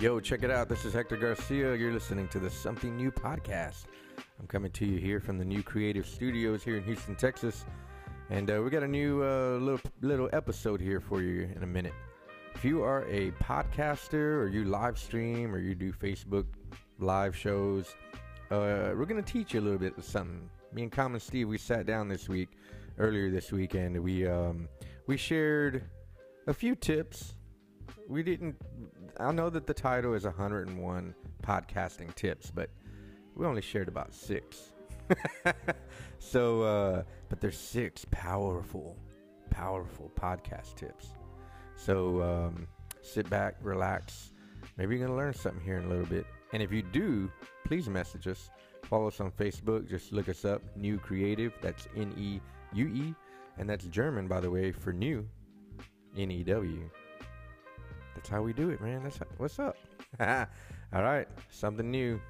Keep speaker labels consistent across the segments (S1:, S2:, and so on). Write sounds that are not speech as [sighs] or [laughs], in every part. S1: Yo, check it out. This is Hector Garcia. You're listening to the Something New podcast. I'm coming to you here from the New Creative Studios here in Houston, Texas. And uh, we got a new uh, little, little episode here for you in a minute. If you are a podcaster or you live stream or you do Facebook live shows, uh, we're going to teach you a little bit of something. Me and Common Steve, we sat down this week, earlier this week, and we, um, we shared a few tips. We didn't, I know that the title is 101 podcasting tips, but we only shared about six. [laughs] so, uh, but there's six powerful, powerful podcast tips. So um, sit back, relax. Maybe you're going to learn something here in a little bit. And if you do, please message us. Follow us on Facebook. Just look us up, New Creative. That's N E U E. And that's German, by the way, for new, N E W. That's how we do it, man. That's what's up. [laughs] All right, something new.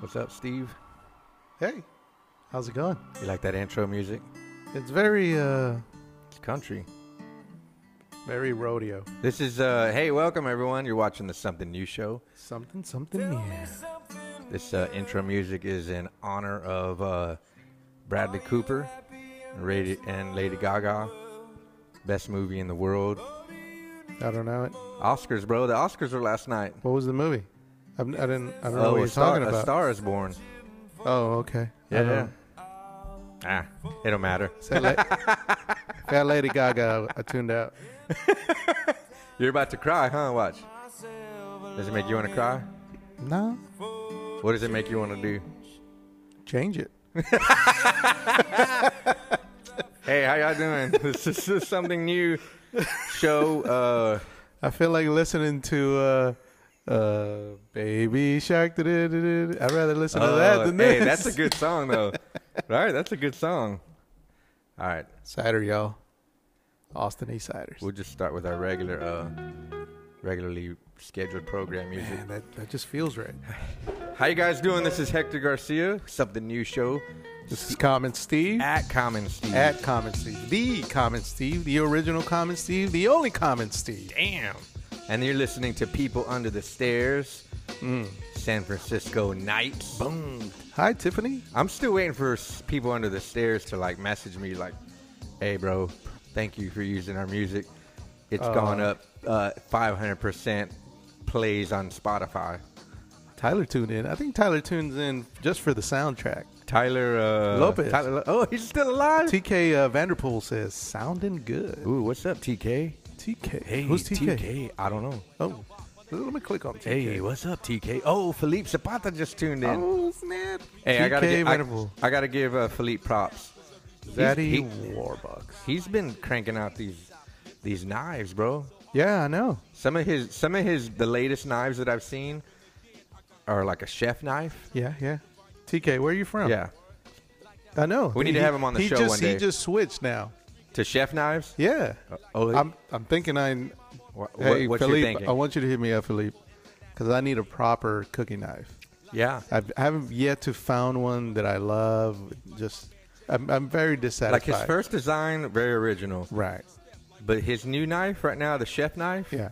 S1: What's up, Steve?
S2: Hey, how's it going?
S1: You like that intro music?
S2: It's very, uh,
S1: It's country.
S2: very rodeo.
S1: This is uh hey, welcome everyone. You're watching the Something New show.
S2: Something, something new.
S1: This uh, intro music is in honor of uh, Bradley Cooper and Lady, and Lady Gaga. Best movie in the world.
S2: I don't know it.
S1: Oscars, bro. The Oscars were last night.
S2: What was the movie? I, I didn't. I don't know what
S1: Oh, a
S2: you're
S1: star,
S2: talking
S1: a
S2: about.
S1: Star is Born.
S2: Oh, okay. I
S1: Yeah.
S2: don't-
S1: Ah, it don't matter. [laughs]
S2: Fat, la- Fat Lady Gaga. I tuned out.
S1: You're about to cry, huh? Watch. Does it make you want to cry?
S2: No,
S1: What does it make you want to do?
S2: change it.
S1: Hey, how y'all doing? [laughs] this, is, this is something new show. Uh,
S2: I feel like listening to uh, uh, Baby Shark. da-da-da-da. I'd rather listen to that
S1: Uh,
S2: than
S1: hey,
S2: this.
S1: that's a good song though. right, that's a good song. All right,
S2: [laughs] cider, y'all. Austin E. Ciders.
S1: we'll just start with our regular, uh, regularly scheduled program music.
S2: Man, that, that just
S1: [laughs]
S2: feels right.
S1: How you guys doing? This is Hector Garcia, something new show
S2: This is Common Steve.
S1: at Common Steve.
S2: At Common Steve. The Common Steve. The original Common Steve. The only Common Steve.
S1: Damn. And you're listening to People Under the Stairs, Mm, San Francisco Nights.
S2: Boom. Hi, Tiffany.
S1: I'm still waiting for s- people under the stairs to like message me like, "Hey, bro, thank you for using our music. It's gone up uh, 500% plays on Spotify."
S2: Tyler tuned in. I think Tyler tunes in just for the soundtrack.
S1: Tyler uh,
S2: Lopez.
S1: Tyler Lo- oh, he's still alive.
S2: TK uh, Vanderpool says, sounding good.
S1: Ooh, what's up, TK?
S2: TK. Who's TK?
S1: I don't know.
S2: Oh, let me click on TK.
S1: Hey, what's up, TK? Oh, Philippe Zapata just tuned in.
S2: Oh, snap.
S1: hey,
S2: TK
S1: I gotta give, I,
S2: Vanderpool.
S1: I gotta give uh, Philippe props. He's-
S2: Zaddy
S1: he-
S2: Warbucks.
S1: he's been cranking out these these knives, bro.
S2: Yeah, I know.
S1: Some of his some of his the latest knives that I've seen are like a chef knife.
S2: Yeah, yeah. TK, where are you from?
S1: Yeah.
S2: I know.
S1: We need to have him on the
S2: he
S1: show
S2: just,
S1: one
S2: He
S1: day.
S2: just switched now.
S1: To chef knives?
S2: Yeah.
S1: Oh,
S2: I'm, I'm thinking I
S1: wha- wha-
S2: Hey,
S1: what's
S2: Philippe,
S1: your thinking?
S2: I want you to hit me up, Philippe, because I need a proper cooking knife.
S1: yeah.
S2: I've, I haven't yet to found one that I love. Just, I'm, I'm very dissatisfied.
S1: Like his first design, very original.
S2: right?
S1: But his new knife right now, the chef knife,
S2: Yeah.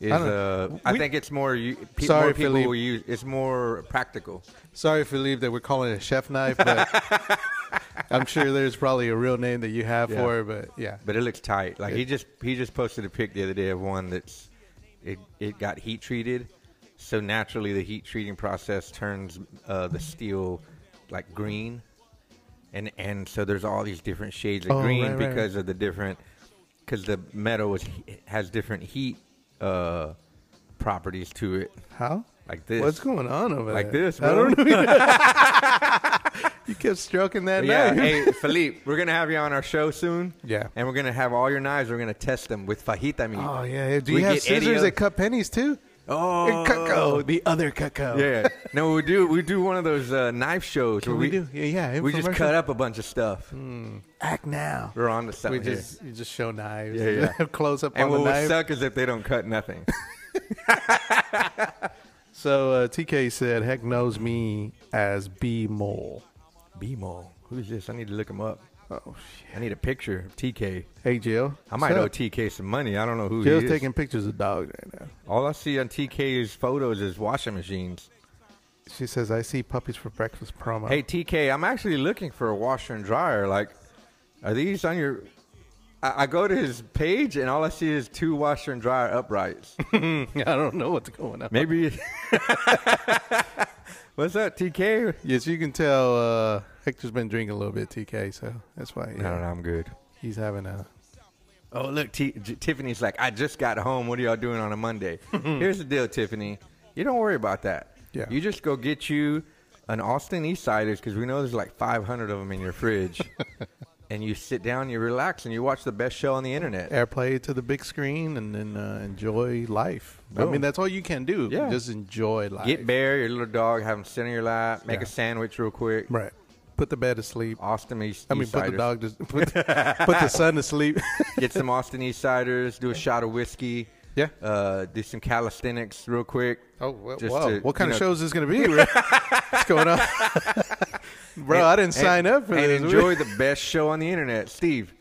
S1: is
S2: I don't-
S1: uh, I
S2: we-
S1: think it's more you, pe-
S2: Sorry,
S1: more people
S2: Philippe.
S1: will use. It's more practical.
S2: Sorry, Philippe, that we're calling it a chef knife, but
S1: [laughs]
S2: I'm sure there's probably a real name that you have
S1: Yeah.
S2: for it. But yeah,
S1: But it looks tight. Like he
S2: It-
S1: just he just posted a pic the other day of one that's it it got heat treated, so naturally the heat treating process turns uh, the steel like green, and and so there's all these different shades of
S2: Oh,
S1: green
S2: right, right,
S1: because of the different because the metal was, has different heat uh, properties to it.
S2: how?
S1: Like this.
S2: What's going on over
S1: Like
S2: there?
S1: this,
S2: I
S1: bro.
S2: don't know.
S1: [laughs]
S2: you kept stroking that
S1: Yeah,
S2: knife. [laughs]
S1: hey Philippe, we're gonna have you on our show soon.
S2: Yeah.
S1: and we're gonna have all your knives. We're gonna test them with fajita meat.
S2: Oh yeah. yeah. Do you
S1: We
S2: have
S1: get Eddie
S2: scissors
S1: O-
S2: that cut pennies too?
S1: Oh,
S2: And Cucko, the other Cucko.
S1: Yeah. No, we do. We do one of those uh, knife shows
S2: Can
S1: where
S2: we, do? Yeah, yeah.
S1: we just
S2: infomercial.
S1: cut up a bunch of stuff.
S2: Act now.
S1: We're on to
S2: Hmm. We
S1: something. here.
S2: just you just show knives. [laughs]
S1: Yeah, yeah.
S2: Close up
S1: and
S2: on
S1: what
S2: the
S1: would
S2: knife.
S1: suck is if they don't cut nothing.
S2: So uh, TK said, "Heck knows me as B Mole."
S1: B-Mole. Who's this? I need to look him up.
S2: Oh
S1: I need a picture of TK.
S2: Hey Jill,
S1: I might owe
S2: What's up?
S1: TK some money. I don't know who
S2: Jill's
S1: he is.
S2: taking pictures of dogs right now.
S1: All I see on TK's photos is washing machines.
S2: She says, "I see puppies for breakfast promo."
S1: Hey TK, I'm actually looking for a washer and dryer. Like, are these on your? I, I go to his page and all I see is two washer and dryer uprights.
S2: [laughs] I don't know what's going on.
S1: Maybe. [laughs] What's up, TK?
S2: Yes, you can tell uh, Hector's been drinking a little bit, TK, so that's why
S1: No, no, no, I'm good.
S2: he's having a.
S1: Oh look, T- J- Tiffany's like, I just got home. What are y'all doing on a [laughs] Monday? Here's the deal, Tiffany. You don't worry about that.
S2: Yeah.
S1: You just go get you an Austin East Siders because we know there's like 500 of them in your [laughs] fridge, and you sit down, you relax, and you watch the best show on the internet.
S2: airplay to the big screen and then uh, enjoy life. I
S1: Boom.
S2: mean, that's all you can do.
S1: Yeah.
S2: Just enjoy life.
S1: Get Bear, your little dog, have him sit on your lap, make
S2: Yeah.
S1: a sandwich real quick.
S2: Right. Put the bed to sleep.
S1: Austin East.
S2: I mean,
S1: East
S2: put
S1: Siders.
S2: the dog to put the, put the son
S1: [laughs]
S2: to sleep.
S1: Get some Austin East Siders. Do a shot of whiskey.
S2: Yeah.
S1: Uh, do some calisthenics real quick.
S2: oh, well,
S1: Just
S2: wow.
S1: to,
S2: what kind
S1: you
S2: of
S1: know-
S2: show is this going to be? Rick?
S1: [laughs]
S2: What's going on? Bro, I didn't sign up for
S1: and
S2: this.
S1: enjoy the best show on the internet. Steve,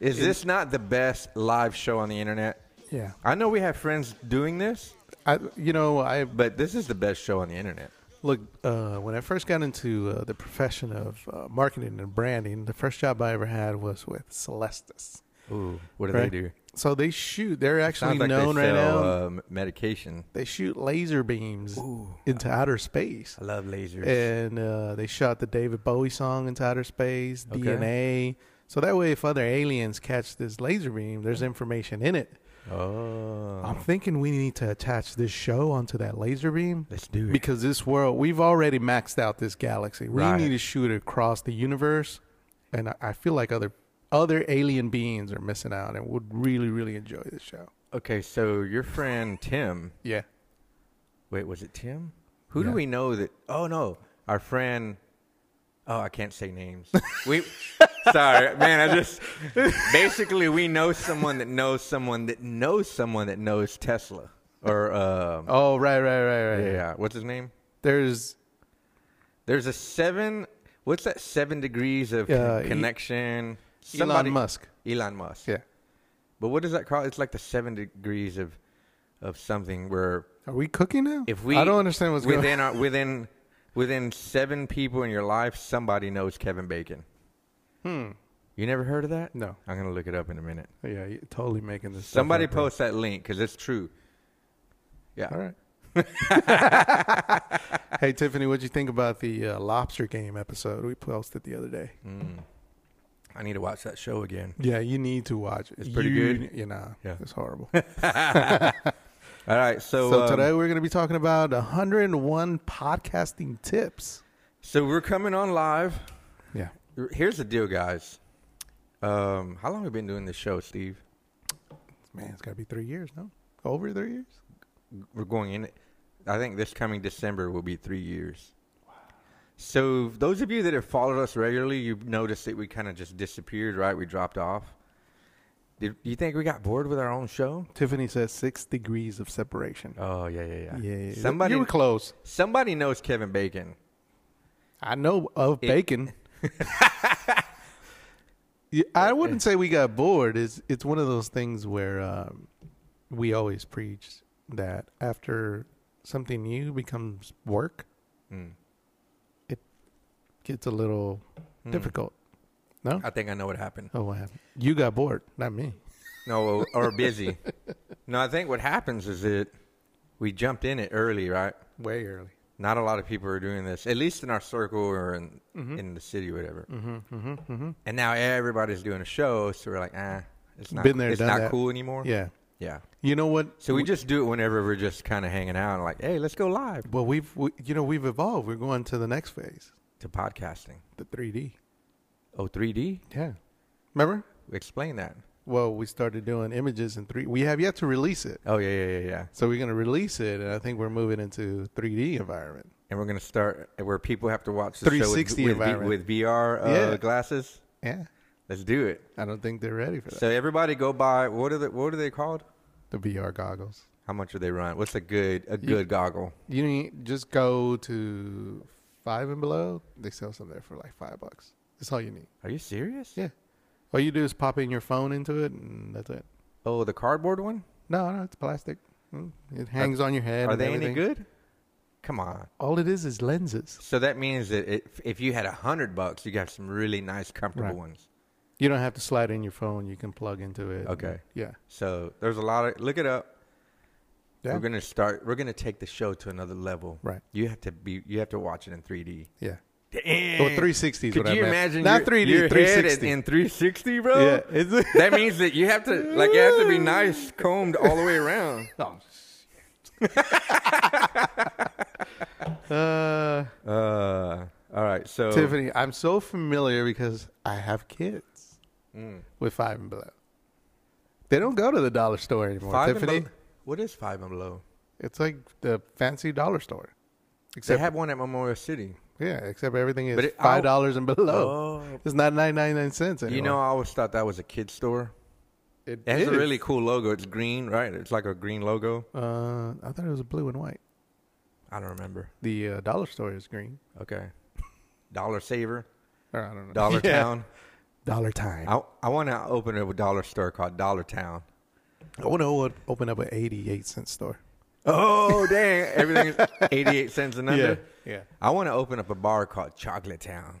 S1: is this not the best live show on the internet?
S2: yeah.
S1: I know we have friends doing this,
S2: [laughs] I, you know, I
S1: but this is the best show on the internet.
S2: Look, uh, when I first got into uh, the profession of uh, marketing and branding, the first job I ever had was with Celestis.
S1: Ooh, what do
S2: Right.
S1: they do?
S2: So they shoot. They're actually
S1: Sounds like
S2: known
S1: they
S2: right
S1: sell,
S2: now.
S1: uh, m- medication.
S2: they shoot laser beams into outer space,
S1: I love lasers.
S2: and uh, they shot the David Bowie song into outer space.
S1: Okay.
S2: DNA. So that way, if other aliens catch this laser beam, there's information in it.
S1: oh,
S2: I'm thinking we need to attach this show onto that laser beam.
S1: let's do it.
S2: because this world we've already maxed out this galaxy we
S1: Right.
S2: need to shoot across the universe and I, I feel like other other alien beings are missing out and would really really enjoy this show
S1: okay, so your friend Tim.
S2: yeah
S1: Wait, was it Tim? Who do
S2: Yeah.
S1: we know that? Oh no, our friend. Oh, I can't say
S2: [laughs]
S1: names. We sorry, man. I just basically we know someone that knows someone that knows someone that knows Tesla or um,
S2: oh right right right
S1: yeah,
S2: right
S1: yeah. What's his name?
S2: there's
S1: There's a seven. What's that? Seven degrees of
S2: Yeah, E-
S1: connection.
S2: elon musk
S1: Elon Musk.
S2: yeah
S1: But what is that called? It's like the seven degrees of of something where
S2: are we cooking now
S1: If we,
S2: i don't understand what's
S1: within
S2: going on
S1: our, within within seven people in your life, somebody knows Kevin Bacon.
S2: hmm
S1: You never heard of that?
S2: no
S1: I'm gonna look it up in a minute.
S2: Oh, yeah you're totally making this stuff
S1: Somebody
S2: up, bro.
S1: post that link because it's true. Yeah.
S2: all right [laughs] hey tiffany what'd you think about the uh, lobster game episode we posted the other day
S1: Mm. I need to watch that show again.
S2: Yeah, you need to watch it.
S1: It's pretty
S2: You-
S1: good?
S2: You know,
S1: Yeah.
S2: it's [laughs] horrible.
S1: All right. So
S2: so
S1: um,
S2: today we're going to be talking about 101 podcasting tips.
S1: so we're coming on live.
S2: Yeah.
S1: Here's the deal, guys. Um, how long have we been doing this show, Steve?
S2: Man, it's got to be three years, no? Over three years?
S1: we're going in. I think this coming December will be three years. So those of you that have followed us regularly, you've noticed that we kind of just disappeared, right? We dropped off. Did you think we got bored with our own show?
S2: Tiffany says six degrees of separation.
S1: Oh yeah, yeah, yeah.
S2: yeah, yeah, yeah.
S1: Somebody,
S2: You were close.
S1: somebody knows Kevin Bacon.
S2: I know of
S1: It-
S2: bacon. Yeah, I wouldn't say we got bored. It's it's one of those things where um, we always preach that after something new becomes work,
S1: Mm.
S2: gets a little
S1: Mm.
S2: difficult. No?
S1: I think I know what happened.
S2: Oh, what happened? You got bored, not me.
S1: No, or
S2: [laughs]
S1: busy. no, I think what happens is that we jumped in it early, right?
S2: Way early.
S1: Not a lot of people are doing this, at least in our circle or in in the city, or whatever.
S2: Mm-hmm, mm-hmm, mm-hmm.
S1: And now everybody's doing a show, so we're like, ah, it's not,
S2: Been there,
S1: it's
S2: done
S1: not
S2: that.
S1: cool anymore.
S2: Yeah.
S1: Yeah.
S2: You know what?
S1: So we just do it whenever we're just kind of hanging out and like, hey, let's go live
S2: well we've we, you know we've evolved. We're going to the next phase,
S1: to podcasting.
S2: the 3D.
S1: Oh, 3D?
S2: Yeah. Remember?
S1: Explain that.
S2: Well, we started doing images in three. We have yet to release it,
S1: Oh, yeah, yeah, yeah, yeah.
S2: so we're going to release it, and I think we're moving into 3D environment.
S1: And we're going to start where people have to watch the show with-
S2: 360
S1: with, V-
S2: environment.
S1: with VR uh,
S2: Yeah.
S1: glasses.
S2: Yeah.
S1: Let's do it.
S2: I don't think they're ready for that.
S1: So everybody go buy, what are, the, what are they called?
S2: The VR goggles.
S1: How much are they running? What's a good a good goggle?
S2: You need, just go to five and below. They sell some there for like five bucks. That's all you need.
S1: Are you serious?
S2: Yeah. All you do is pop in your phone into it, and that's it.
S1: Oh, the cardboard one?
S2: No, no, it's plastic. Mm, It hangs on your head.
S1: Are
S2: and
S1: they
S2: everything.
S1: any good? Come on.
S2: All it is is lenses.
S1: So that means that it, if you had a hundred bucks, you got some really nice, comfortable
S2: Right.
S1: ones.
S2: You don't have to slide in your phone. You can plug into it.
S1: Okay.
S2: Yeah.
S1: So there's a lot of look it up.
S2: Yeah.
S1: We're gonna start. We're gonna take the show to another level.
S2: Right.
S1: You have to be. You have to watch it in 3D.
S2: Yeah.
S1: Damn.
S2: Or 360 Oh, is
S1: Could
S2: what
S1: you
S2: I meant.
S1: imagine?
S2: Not
S1: your-
S2: 3D,
S1: your head
S2: 360.
S1: in 360, bro.
S2: yeah. It's,
S1: [laughs] that means that you have to like you have to
S2: [laughs]
S1: be nice, combed all the way around.
S2: oh, shit. uh,
S1: Uh, all right. So
S2: Tiffany, I'm so familiar because I have kids
S1: Mm.
S2: with five and below. They don't go to the dollar store anymore.
S1: five and
S2: Tiffany,
S1: below. What is five and below?
S2: it's like the fancy dollar store.
S1: They
S2: Except
S1: have one at Memorial City.
S2: yeah, except everything is
S1: But it-
S2: five dollars and below.
S1: Oh.
S2: It's not nine ninety nine cents anymore.
S1: You know, I always thought that was a kid store.
S2: it
S1: It has a
S2: is.
S1: really cool logo. It's green, right? It's like a green logo.
S2: Uh, I thought it was blue and white.
S1: I don't remember.
S2: The uh, dollar store is green.
S1: Okay. Dollar Saver,
S2: Or I don't know.
S1: Dollar
S2: [laughs] Yeah.
S1: Town.
S2: Dollar Time.
S1: I I want to open up a dollar store called Dollar Town.
S2: I want to open up an eighty eight cent store.
S1: [laughs] Oh dang! Everything's
S2: [laughs]
S1: eighty-eight cents and under.
S2: Yeah.
S1: I want to open up a bar called Chocolate Town.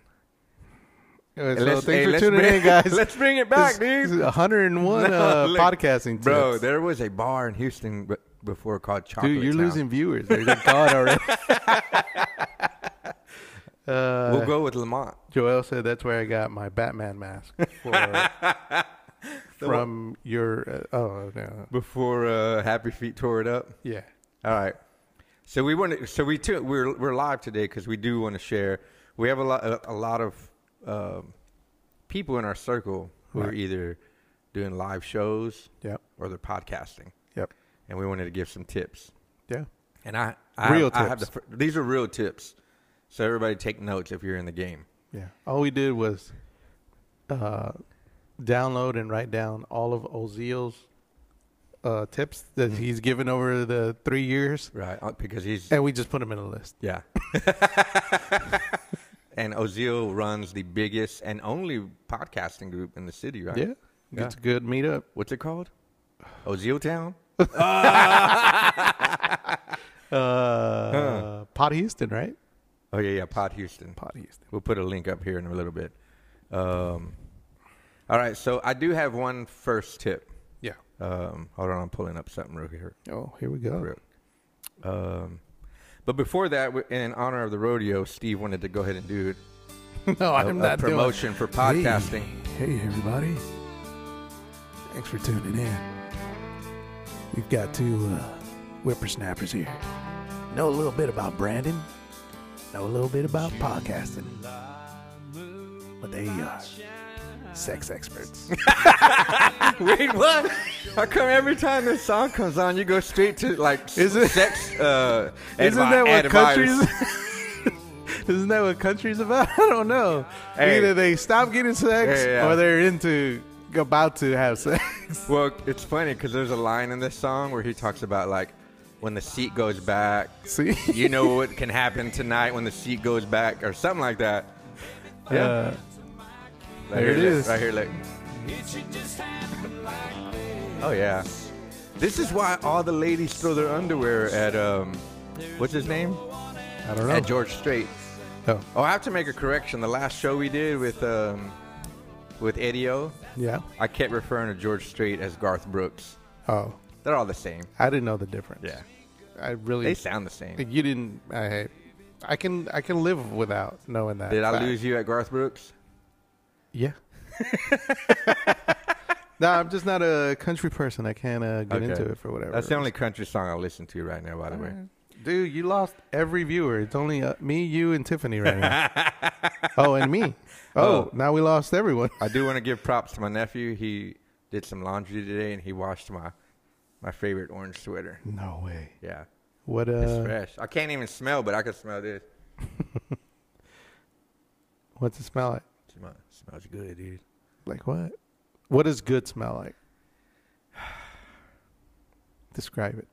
S2: Anyway,
S1: And
S2: so
S1: hey,
S2: thanks for
S1: let's
S2: tuning
S1: bring-
S2: in,
S1: [laughs]
S2: guys.
S1: Let's bring it back,
S2: This-
S1: dude.
S2: this
S1: [laughs]
S2: is 101
S1: No,
S2: uh,
S1: look,
S2: podcasting,
S1: Bro,
S2: tips.
S1: there was a bar in Houston b- before called Chocolate
S2: dude, you're
S1: Town.
S2: losing viewers. They're gone
S1: [laughs]
S2: already. [laughs] uh,
S1: We'll go with Lamont.
S2: Joel said that's where I got my Batman mask
S1: [laughs]
S2: for, from your. Uh, oh no,
S1: Before uh, Happy Feet tore it up.
S2: yeah,
S1: All right. So we want to. So we too. We're we're live today because we do want to share. We have a lot a, a lot of um, people in our circle who are
S2: Right.
S1: either doing live shows
S2: yep,
S1: or they're podcasting,
S2: yep,
S1: and we wanted to give some tips.
S2: yeah.
S1: And I, I
S2: Real
S1: I have the,
S2: tips.
S1: fir- these are real tips. So everybody take notes if you're in the game.
S2: Yeah. All we did was uh, download and write down all of Ozil's uh, tips that he's given over the three years,
S1: Right. Uh, Because he's
S2: and we just put them in a list.
S1: yeah. [laughs] and Ozil runs the biggest and only podcasting group in the city, right?
S2: Yeah.
S1: Yeah.
S2: It's a good meetup.
S1: What's it called? Oh, Ozil Town.
S2: Uh, Pod Houston, right?
S1: Oh yeah, yeah, Pod Houston.
S2: Pod Houston.
S1: We'll put a link up here in a little bit. Um, all right, so I do have one first tip.
S2: Yeah.
S1: Um, hold on, I'm pulling up something real here.
S2: Oh, here we go.
S1: Real. Um, but before that, w- in honor of the rodeo, Steve wanted to go ahead and do
S2: [laughs] no,
S1: a,
S2: I'm
S1: a
S2: not doing-
S1: promotion
S2: [laughs]
S1: for podcasting. [laughs]
S2: Hey, hey, everybody. Thanks for tuning in. We've got two uh, whippersnappers here. Know a little bit about branding, know a little bit about podcasting, but they are sex experts. [laughs]
S1: Wait, what? How come every time this song comes on, you go straight to like s-
S2: Isn't-
S1: sex? Uh,
S2: [laughs] Isn't
S1: advi-
S2: that what
S1: advice?
S2: countries? [laughs] Isn't that what countries about? [laughs] I don't know.
S1: Hey.
S2: Either they stop getting sex
S1: Yeah, yeah.
S2: or they're into about to have sex. [laughs]
S1: Well, it's funny because there's a line in this song where he talks about like when the seat goes back,
S2: See,
S1: you know what can happen tonight when the seat goes back, or something like that. Yeah,
S2: Uh,
S1: Right
S2: there
S1: here,
S2: it
S1: look,
S2: is.
S1: Right here, look. Oh yeah, this is why all the ladies throw their underwear at um, what's his name?
S2: I don't know.
S1: At George Strait.
S2: Oh,
S1: Oh, I have to make a correction. The last show we did with um, with Eddie O,
S2: yeah.
S1: I kept referring to George Strait as Garth Brooks.
S2: Oh,
S1: They're all the same.
S2: I didn't know the difference.
S1: Yeah.
S2: I really.
S1: They sound the same.
S2: you didn't. I, I can. I can live without knowing that.
S1: Did I
S2: fact.
S1: lose you at Garth Brooks?
S2: Yeah.
S1: [laughs]
S2: no, I'm just not a country person. I can't uh, get
S1: Okay.
S2: into it for whatever.
S1: That's the only country song I listen to right now, by the way.
S2: Dude, you lost every viewer. It's only uh, me, you, and Tiffany right now.
S1: [laughs]
S2: oh, and me. Oh,
S1: Oh.
S2: now we lost everyone.
S1: I do want to give props to my nephew. He did some laundry today and he washed my my favorite orange sweater.
S2: No way.
S1: Yeah.
S2: What?
S1: It's
S2: Uh,
S1: fresh. I can't even smell, but I can smell this.
S2: what's it smell like?
S1: Smell, smells good, dude.
S2: Like what? What does good smell like? [sighs] Describe it.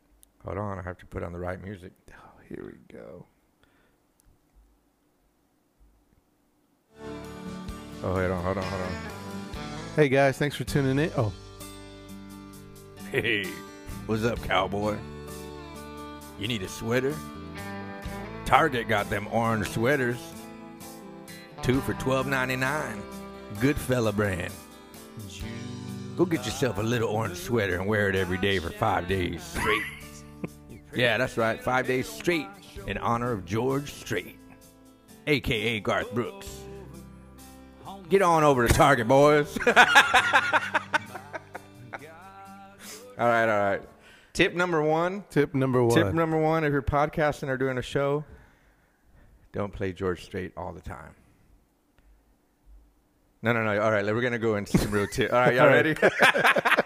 S1: Hold on, I have to put on the right music.
S2: Oh, here we go.
S1: Oh, hold on, hold on, hold on.
S2: Hey guys, thanks for tuning in. Oh,
S1: Hey, what's up, cowboy? You need a sweater? Target got them orange sweaters. Two for twelve ninety nine. Good fella brand. Go get yourself a little orange sweater and wear it every day for five days straight. yeah, that's right, five days straight in honor of George Strait, aka Garth Brooks. Get on over to Target, boys. [laughs] All right, all right. Tip number one.
S2: tip number one.
S1: Tip number one: If you're podcasting or doing a show, don't play George Strait all the time. No, no, no. All right, we're gonna go into some real tip. All right, y'all
S2: All right.
S1: ready?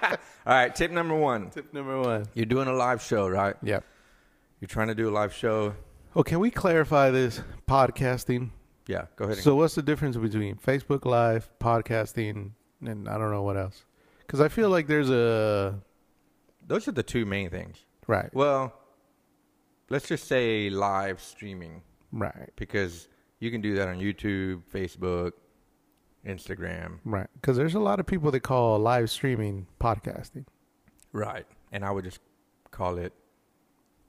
S1: [laughs] all right. Tip number one:
S2: tip number one.
S1: You're doing a live show, right?
S2: Yeah.
S1: You're trying to do a live show.
S2: Oh, can we clarify this podcasting?
S1: Yeah. Go ahead. And
S2: So, what's the difference between Facebook Live, podcasting, and I don't know what else? Because I feel like there's a
S1: those are the two main things.
S2: right,
S1: Well, let's just say live streaming.
S2: right,
S1: because you can do that on YouTube, Facebook, Instagram.
S2: right. Because there's a lot of people that call live streaming podcasting.
S1: Right. And I would just call it,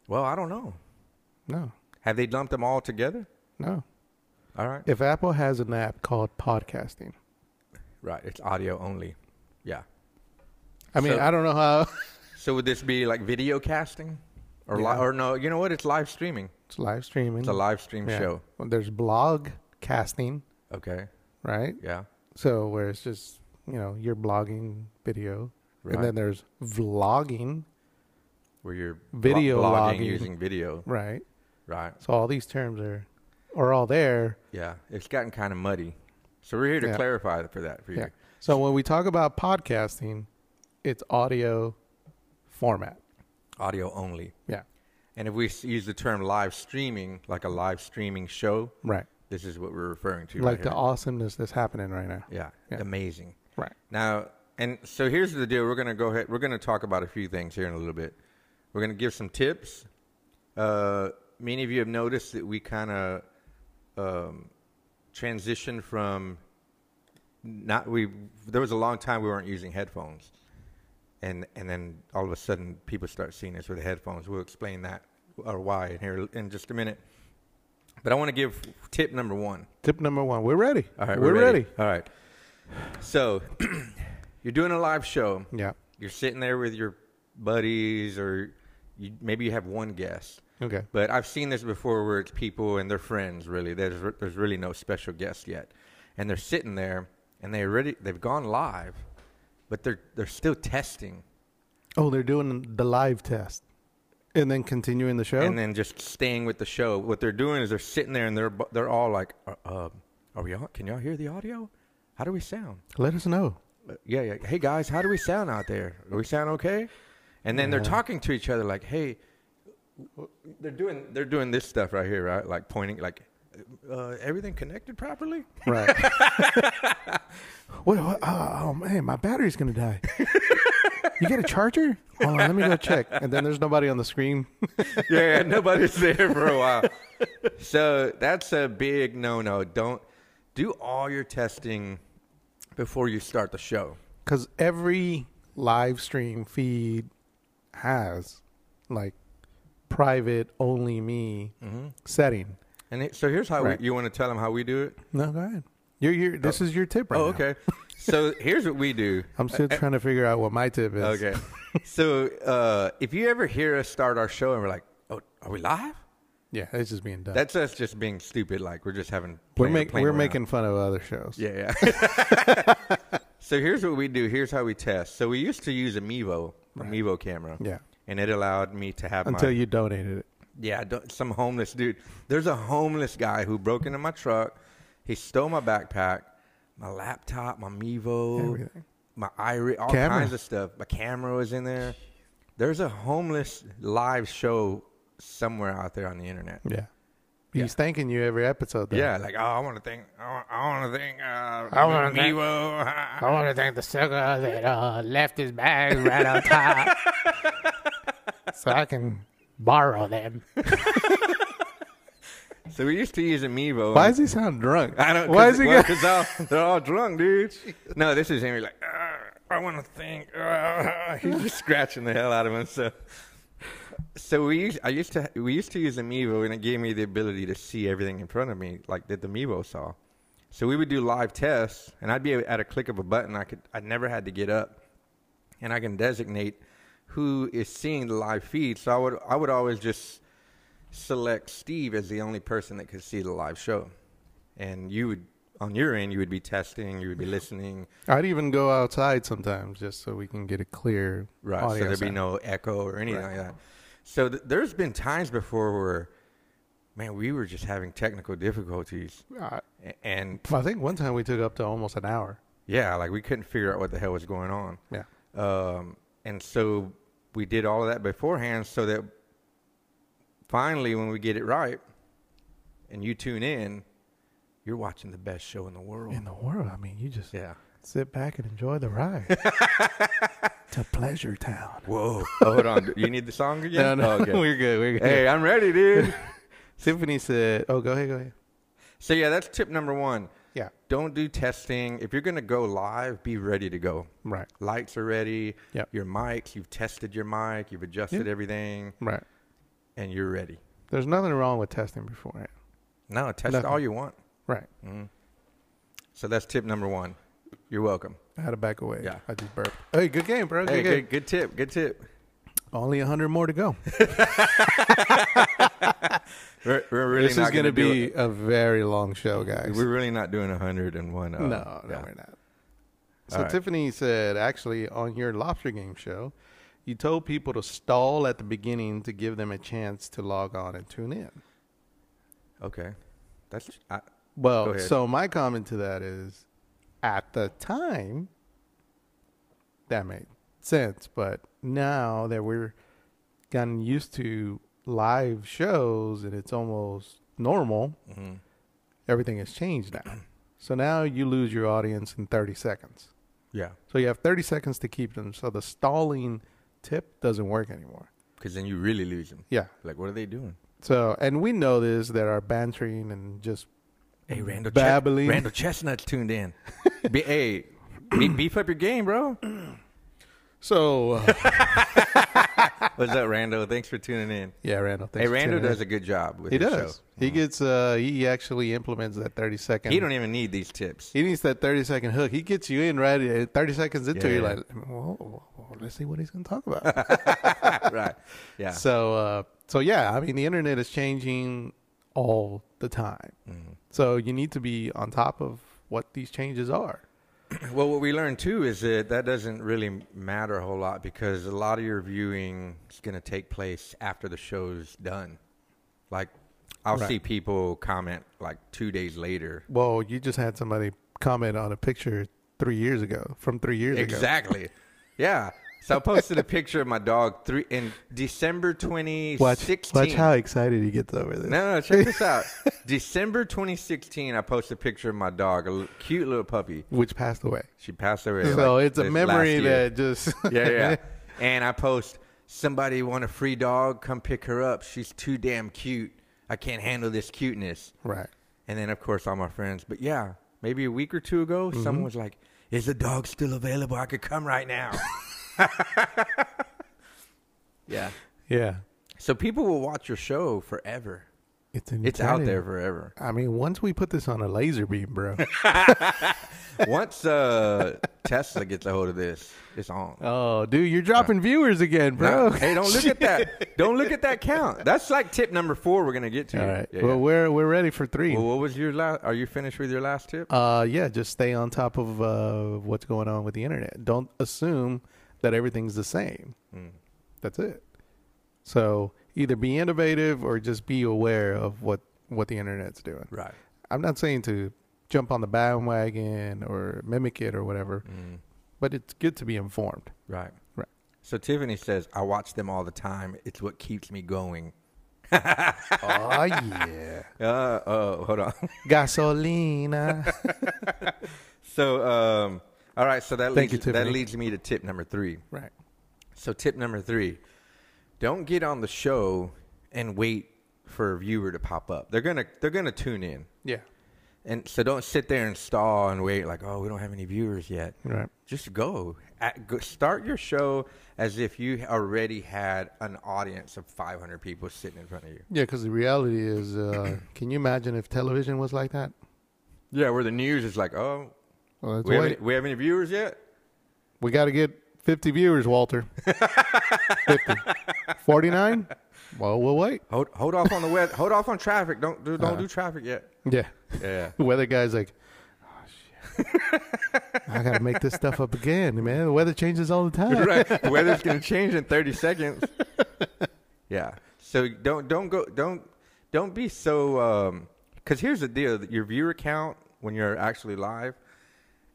S1: well, I don't know.
S2: No,
S1: Have they lumped them all together?
S2: no.
S1: All right.
S2: If Apple has an app called podcasting,
S1: Right. It's audio only. Yeah.
S2: I mean,
S1: So-
S2: I don't know how [laughs]
S1: So would this be like video casting? Or,
S2: Yeah.
S1: li- or no, you know what? It's live streaming.
S2: it's live streaming.
S1: It's a live stream
S2: Yeah.
S1: show.
S2: Well, there's blog casting,
S1: Okay.
S2: right?
S1: Yeah.
S2: So where it's just you know you're blogging video,
S1: Right.
S2: and then there's vlogging,
S1: Where you're blo-
S2: Video
S1: blogging
S2: logging.
S1: using video.
S2: right?
S1: Right.
S2: So all these terms are are all there.
S1: Yeah. It's gotten kind of muddy. So we're here to
S2: Yeah.
S1: clarify for that for you.
S2: Yeah. So when we talk about podcasting, it's audio format.
S1: Audio only.
S2: Yeah.
S1: And if we s- use the term live streaming, like a live streaming show,
S2: Right.
S1: this is what we're referring to.
S2: like
S1: right
S2: the
S1: here.
S2: awesomeness that's happening right now.
S1: yeah,
S2: yeah.
S1: amazing.
S2: Right.
S1: Now, and so here's the deal. We're gonna go ahead. We're gonna talk about a few things here in a little bit. We're gonna give some tips. Uh, many of you have noticed that we kind of um, transitioned from not we. There was a long time we weren't using headphones, and and then all of a sudden people start seeing us with headphones. We'll explain that or why in here in just a minute. But I want to give tip number one.
S2: Tip number one. We're ready.
S1: All right,
S2: We're, ready.
S1: All right. So, [clears throat] you're doing a live show.
S2: Yeah.
S1: You're sitting there with your buddies, or you, maybe you have one guest.
S2: Okay.
S1: But I've seen this before, where it's people and their friends. Really, there's there's really no special guest yet, and they're sitting there, and they already they've gone live, but they're they're still testing,
S2: Oh, they're doing the live test, and then continuing the show.
S1: and then just staying with the show. What they're doing is they're sitting there, and they're bu- they're all like, uh, uh, "Are we on? Can y'all hear the audio? How do we sound?"
S2: Let us know.
S1: Uh, yeah, yeah. Hey guys, how do we sound out there? Do we sound okay? And then they're talking to each other like, hey, w- they're doing they're doing this stuff right here, right? Like pointing, like uh, everything connected
S2: [laughs]
S1: properly.
S2: Right. what, what- oh, oh, man, my battery's gonna die. you got a charger? Hold on, let me go check. And then there's nobody on the screen. [laughs]
S1: yeah, yeah, nobody's there for a while. so that's a big no-no. Don't do all your testing before you start the show.
S2: Because every live stream feed has like private only me
S1: Mm-hmm.
S2: setting.
S1: And it, so here's how
S2: Right.
S1: we, you want to tell them how we do it.
S2: No, go ahead. You're, you're, this is your tip right
S1: Oh,
S2: now.
S1: okay. so here's what we do.
S2: I'm still trying to figure out what my tip is.
S1: Okay.
S2: [laughs]
S1: so uh, if you ever hear us start our show and we're like, "Oh, are we live?"
S2: Yeah, it's just being done.
S1: That's us just being stupid. Like we're just having
S2: we're
S1: playing-
S2: make,
S1: playing
S2: we're
S1: around.
S2: making fun of other shows.
S1: Yeah, yeah. [laughs]
S2: [laughs]
S1: so here's what we do. Here's how we test. So we used to use a Mevo, a Mevo camera.
S2: Yeah.
S1: And it allowed me to have
S2: Until
S1: my,
S2: you donated it.
S1: yeah, don't, some homeless dude. There's a homeless guy who broke into my truck. He stole my backpack, my laptop, my Mevo,
S2: Everything.
S1: my iris, all
S2: Camera.
S1: kinds of stuff. My camera was in there. There's a homeless live show somewhere out there on the internet.
S2: Yeah.
S1: Yeah.
S2: He's thanking you every episode. Though.
S1: Yeah, like oh, I want to thank, I want, I want to thank, uh,
S3: I wanna thank-
S1: Mevo. [laughs]
S3: I want to thank the sucker that uh, left his bag right on top.
S2: [laughs] So I can
S4: borrow them.
S1: So we used to use Amiibo.
S2: Why does he sound drunk?
S1: I don't.
S2: Why is he?
S1: well, [laughs]
S2: got-
S1: 'cause all- they're all drunk,
S2: [laughs]
S1: dude. No, this is him. He's like, "Arr, I want to think. Arr." [laughs] He's just scratching the hell out of himself. So we used, I used to we used to use Amiibo, and it gave me the ability to see everything in front of me, like that the Amiibo saw. So we would do live tests, and I'd be able- at a click of a button. I could I never had to get up, and I can designate who is seeing the live feed. So I would I would always just select Steve as the only person that could see the live show. And you would, on your end, you would be testing, you would be listening.
S2: I'd even go outside sometimes just so we can get a clear
S1: Right. so
S2: audio.
S1: there'd be
S2: sound.
S1: no echo or anything like that. So th- there's been times before where, man, we were just having technical difficulties.
S2: I,
S1: A- And
S2: Uh, I think one time we took up to almost an hour.
S1: yeah, like we couldn't figure out what the hell was going on.
S2: Yeah.
S1: Um, and so we did all of that beforehand so that finally, when we get it right and you tune in, you're watching the best show in the world.
S2: In the world, I mean, you just
S1: Yeah.
S2: sit back and enjoy
S1: [laughs]
S2: the ride to Pleasure Town.
S1: Whoa. Oh, hold on. You need the song
S2: No,
S1: again?
S2: no, [laughs]
S1: Oh, okay.
S2: we're good. We're good.
S1: hey, I'm ready,
S2: [laughs]
S1: dude.
S2: Symphony said, "Oh, go ahead, go ahead."
S1: so, yeah, that's tip number one.
S2: Yeah,
S1: Don't do testing. If you're going to go live, be ready to go.
S2: right,
S1: Lights are ready.
S2: Yep.
S1: Your mics, you've tested your mic, you've adjusted
S2: Yeah.
S1: everything,
S2: right.
S1: and you're ready.
S2: There's nothing wrong with testing beforehand.
S1: No, test
S2: Nothing.
S1: all you want.
S2: Right.
S1: So, that's tip number one. You're welcome.
S2: I had to back away.
S1: Yeah.
S2: I just burped. Hey, good game, bro. Good
S1: Hey,
S2: game.
S1: good, good tip. Good tip.
S2: Only hundred more to go.
S1: We're, we're [laughs] really
S2: this
S1: not
S2: is going to
S1: gonna do it.
S2: be a very long show, guys.
S1: We're really not doing 101. Uh,
S2: no, no,
S1: yeah.
S2: we're not. So
S1: All right.
S2: Tiffany said, actually, on your lobster game show, you told people to stall at the beginning to give them a chance to log on and tune in.
S1: Okay. That's. I, Go
S2: Well,
S1: ahead.
S2: so my comment to that is, at the time, that made sense, but now that we're gotten used to live shows and it's almost normal,
S1: mhm.
S2: everything has changed now. So now you lose your audience in 30 seconds.
S1: Yeah.
S2: So you have 30 seconds to keep them. So the stalling tip doesn't work anymore.
S1: Because then you really lose them.
S2: Yeah.
S1: Like, what are they doing?
S2: So, and we know this that our bantering and just
S1: Hey, Randall.
S2: Babbling.
S1: Chest- Randall Chestnut's tuned in. [laughs] Be- hey, be- beef up your game, bro.
S2: so uh, [laughs]
S1: What's up, Randall? Thanks for tuning in.
S2: yeah, Randall.
S1: Hey,
S2: Thanks
S1: Randall does a good job with
S2: He
S1: his
S2: does.
S1: show. Mm-hmm.
S2: He gets. uh He actually implements that 30 second.
S1: He don't e- even need these [laughs] tips.
S2: He needs that 30 second hook. He gets you in right at 30 seconds into. it,
S1: Yeah,
S2: You're
S1: yeah.
S2: like, whoa, whoa, whoa, let's see what he's going to
S1: [laughs]
S2: talk about.
S1: right. Yeah.
S2: So, uh, so yeah, I mean, the internet is changing all the time.
S1: Mm-hmm.
S2: So you need to be on top of what these changes are.
S1: Well, what we learned too is that that doesn't really matter a whole lot because a lot of your viewing is going to take place after the show's done. Like, I'll
S2: Right.
S1: see people comment like two days later.
S2: Well, you just had somebody comment on a picture three years ago from three years ago.
S1: Exactly. Yeah. So I posted a picture of my dog three in December 2016.
S2: Watch, watch how excited he gets over this.
S1: No, no, check this out. December 2016, I posted a picture of my dog, a l- cute little puppy.
S2: [laughs] Which passed away.
S1: She passed away.
S2: so
S1: like,
S2: it's a
S1: this
S2: memory
S1: last year.
S2: that just
S1: [laughs] yeah, yeah. And I post, somebody want a free dog? Come pick her up. She's too damn cute. I can't handle this cuteness.
S2: [laughs] right.
S1: And then, of course, all my friends. But yeah, maybe a week or two ago,
S2: Mm-hmm.
S1: someone was like, "Is the dog still available? I could come right
S2: [laughs]
S1: now." yeah.
S2: Yeah.
S1: So people will watch your show forever.
S2: It's an
S1: It's out
S2: eternity.
S1: there forever.
S2: I mean, once we put this on a laser beam,
S1: [laughs]
S2: bro.
S1: Once
S2: [laughs]
S1: uh, Tesla gets a hold of this, it's on.
S2: oh, dude, you're dropping viewers again, bro.
S1: No, hey,
S2: [laughs]
S1: don't look at that. Don't look at that count. That's like tip number four. We're gonna get to.
S2: All right.
S1: Yeah, yeah.
S2: well, we're we're ready for three.
S1: Well, what was your last? Are you finished with your last tip?
S2: Uh, yeah, just stay on top of uh, what's going on with the internet. Don't assume that everything's the same.
S1: Mm.
S2: That's it. So either be innovative or just be aware of what what the internet's doing.
S1: right.
S2: I'm not saying to jump on the bandwagon or mimic it or whatever, but it's good to be informed.
S1: Right.
S2: Right.
S1: So Tiffany says, "I watch them all the time. It's what keeps me going."
S2: [laughs] oh yeah,
S1: Uh oh, hold on. [laughs]
S2: [laughs] gasolina.
S1: so, um, all right. So that
S2: Thank
S1: leads,
S2: you,
S1: that
S2: Tiffany.
S1: leads me to tip number three.
S2: right.
S1: So tip number three: don't get on the show and wait for a viewer to pop up. They're gonna they're gonna tune in,
S5: Yeah.
S1: and so don't sit there and stall and wait like, oh, we don't have any viewers yet.
S5: Right.
S1: Just go. At, go. Start your show as if you already had an audience of 500 people sitting in front of you.
S2: Yeah, because the reality is, uh, [clears throat] can you imagine if television was like that?
S1: Yeah, where the news is like, oh,
S2: Well, that's
S1: we have,
S2: why-
S1: any, we have any viewers yet?
S2: We got to get 50 viewers, [laughs] Walter. 50. 49? Well, we'll wait.
S1: Hold hold off on the web. hold off on traffic. Don't do, don't do traffic yet.
S2: Yeah.
S1: Yeah.
S2: [laughs] The weather guy's like, [laughs] oh, shit. I got to make this stuff up again, man. The weather changes all the time.
S1: [laughs] right. Weather's
S2: [laughs]
S1: gonna change in thirty seconds. yeah. So don't don't go don't don't be so um because here's the deal: your viewer count when you're actually live,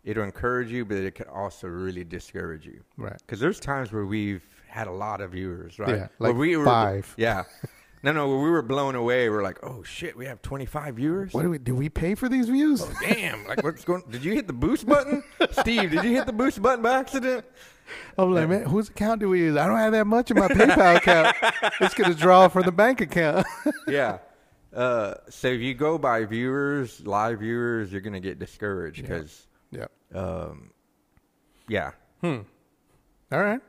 S1: it'll encourage you, but it can also really discourage you.
S2: Right.
S1: Because there's times where we've had a lot of viewers, right?
S2: Yeah,
S1: Where
S2: like
S1: we were,
S2: five.
S1: [laughs] Yeah. No, no. Where we were blown away, we're like, oh shit, we have twenty five viewers.
S2: What do we do? We pay for these views?
S1: Damn! Like, what's going? Did you hit the boost
S2: [laughs]
S1: button, Steve? Did you hit the boost button by accident?
S2: I'm like, man, whose account do we use? I don't have that much in my PayPal account. It's gonna draw from the bank account.
S1: yeah. Uh, so if you go by viewers, live viewers, you're gonna get discouraged because
S2: yeah.
S1: yeah.
S2: All right.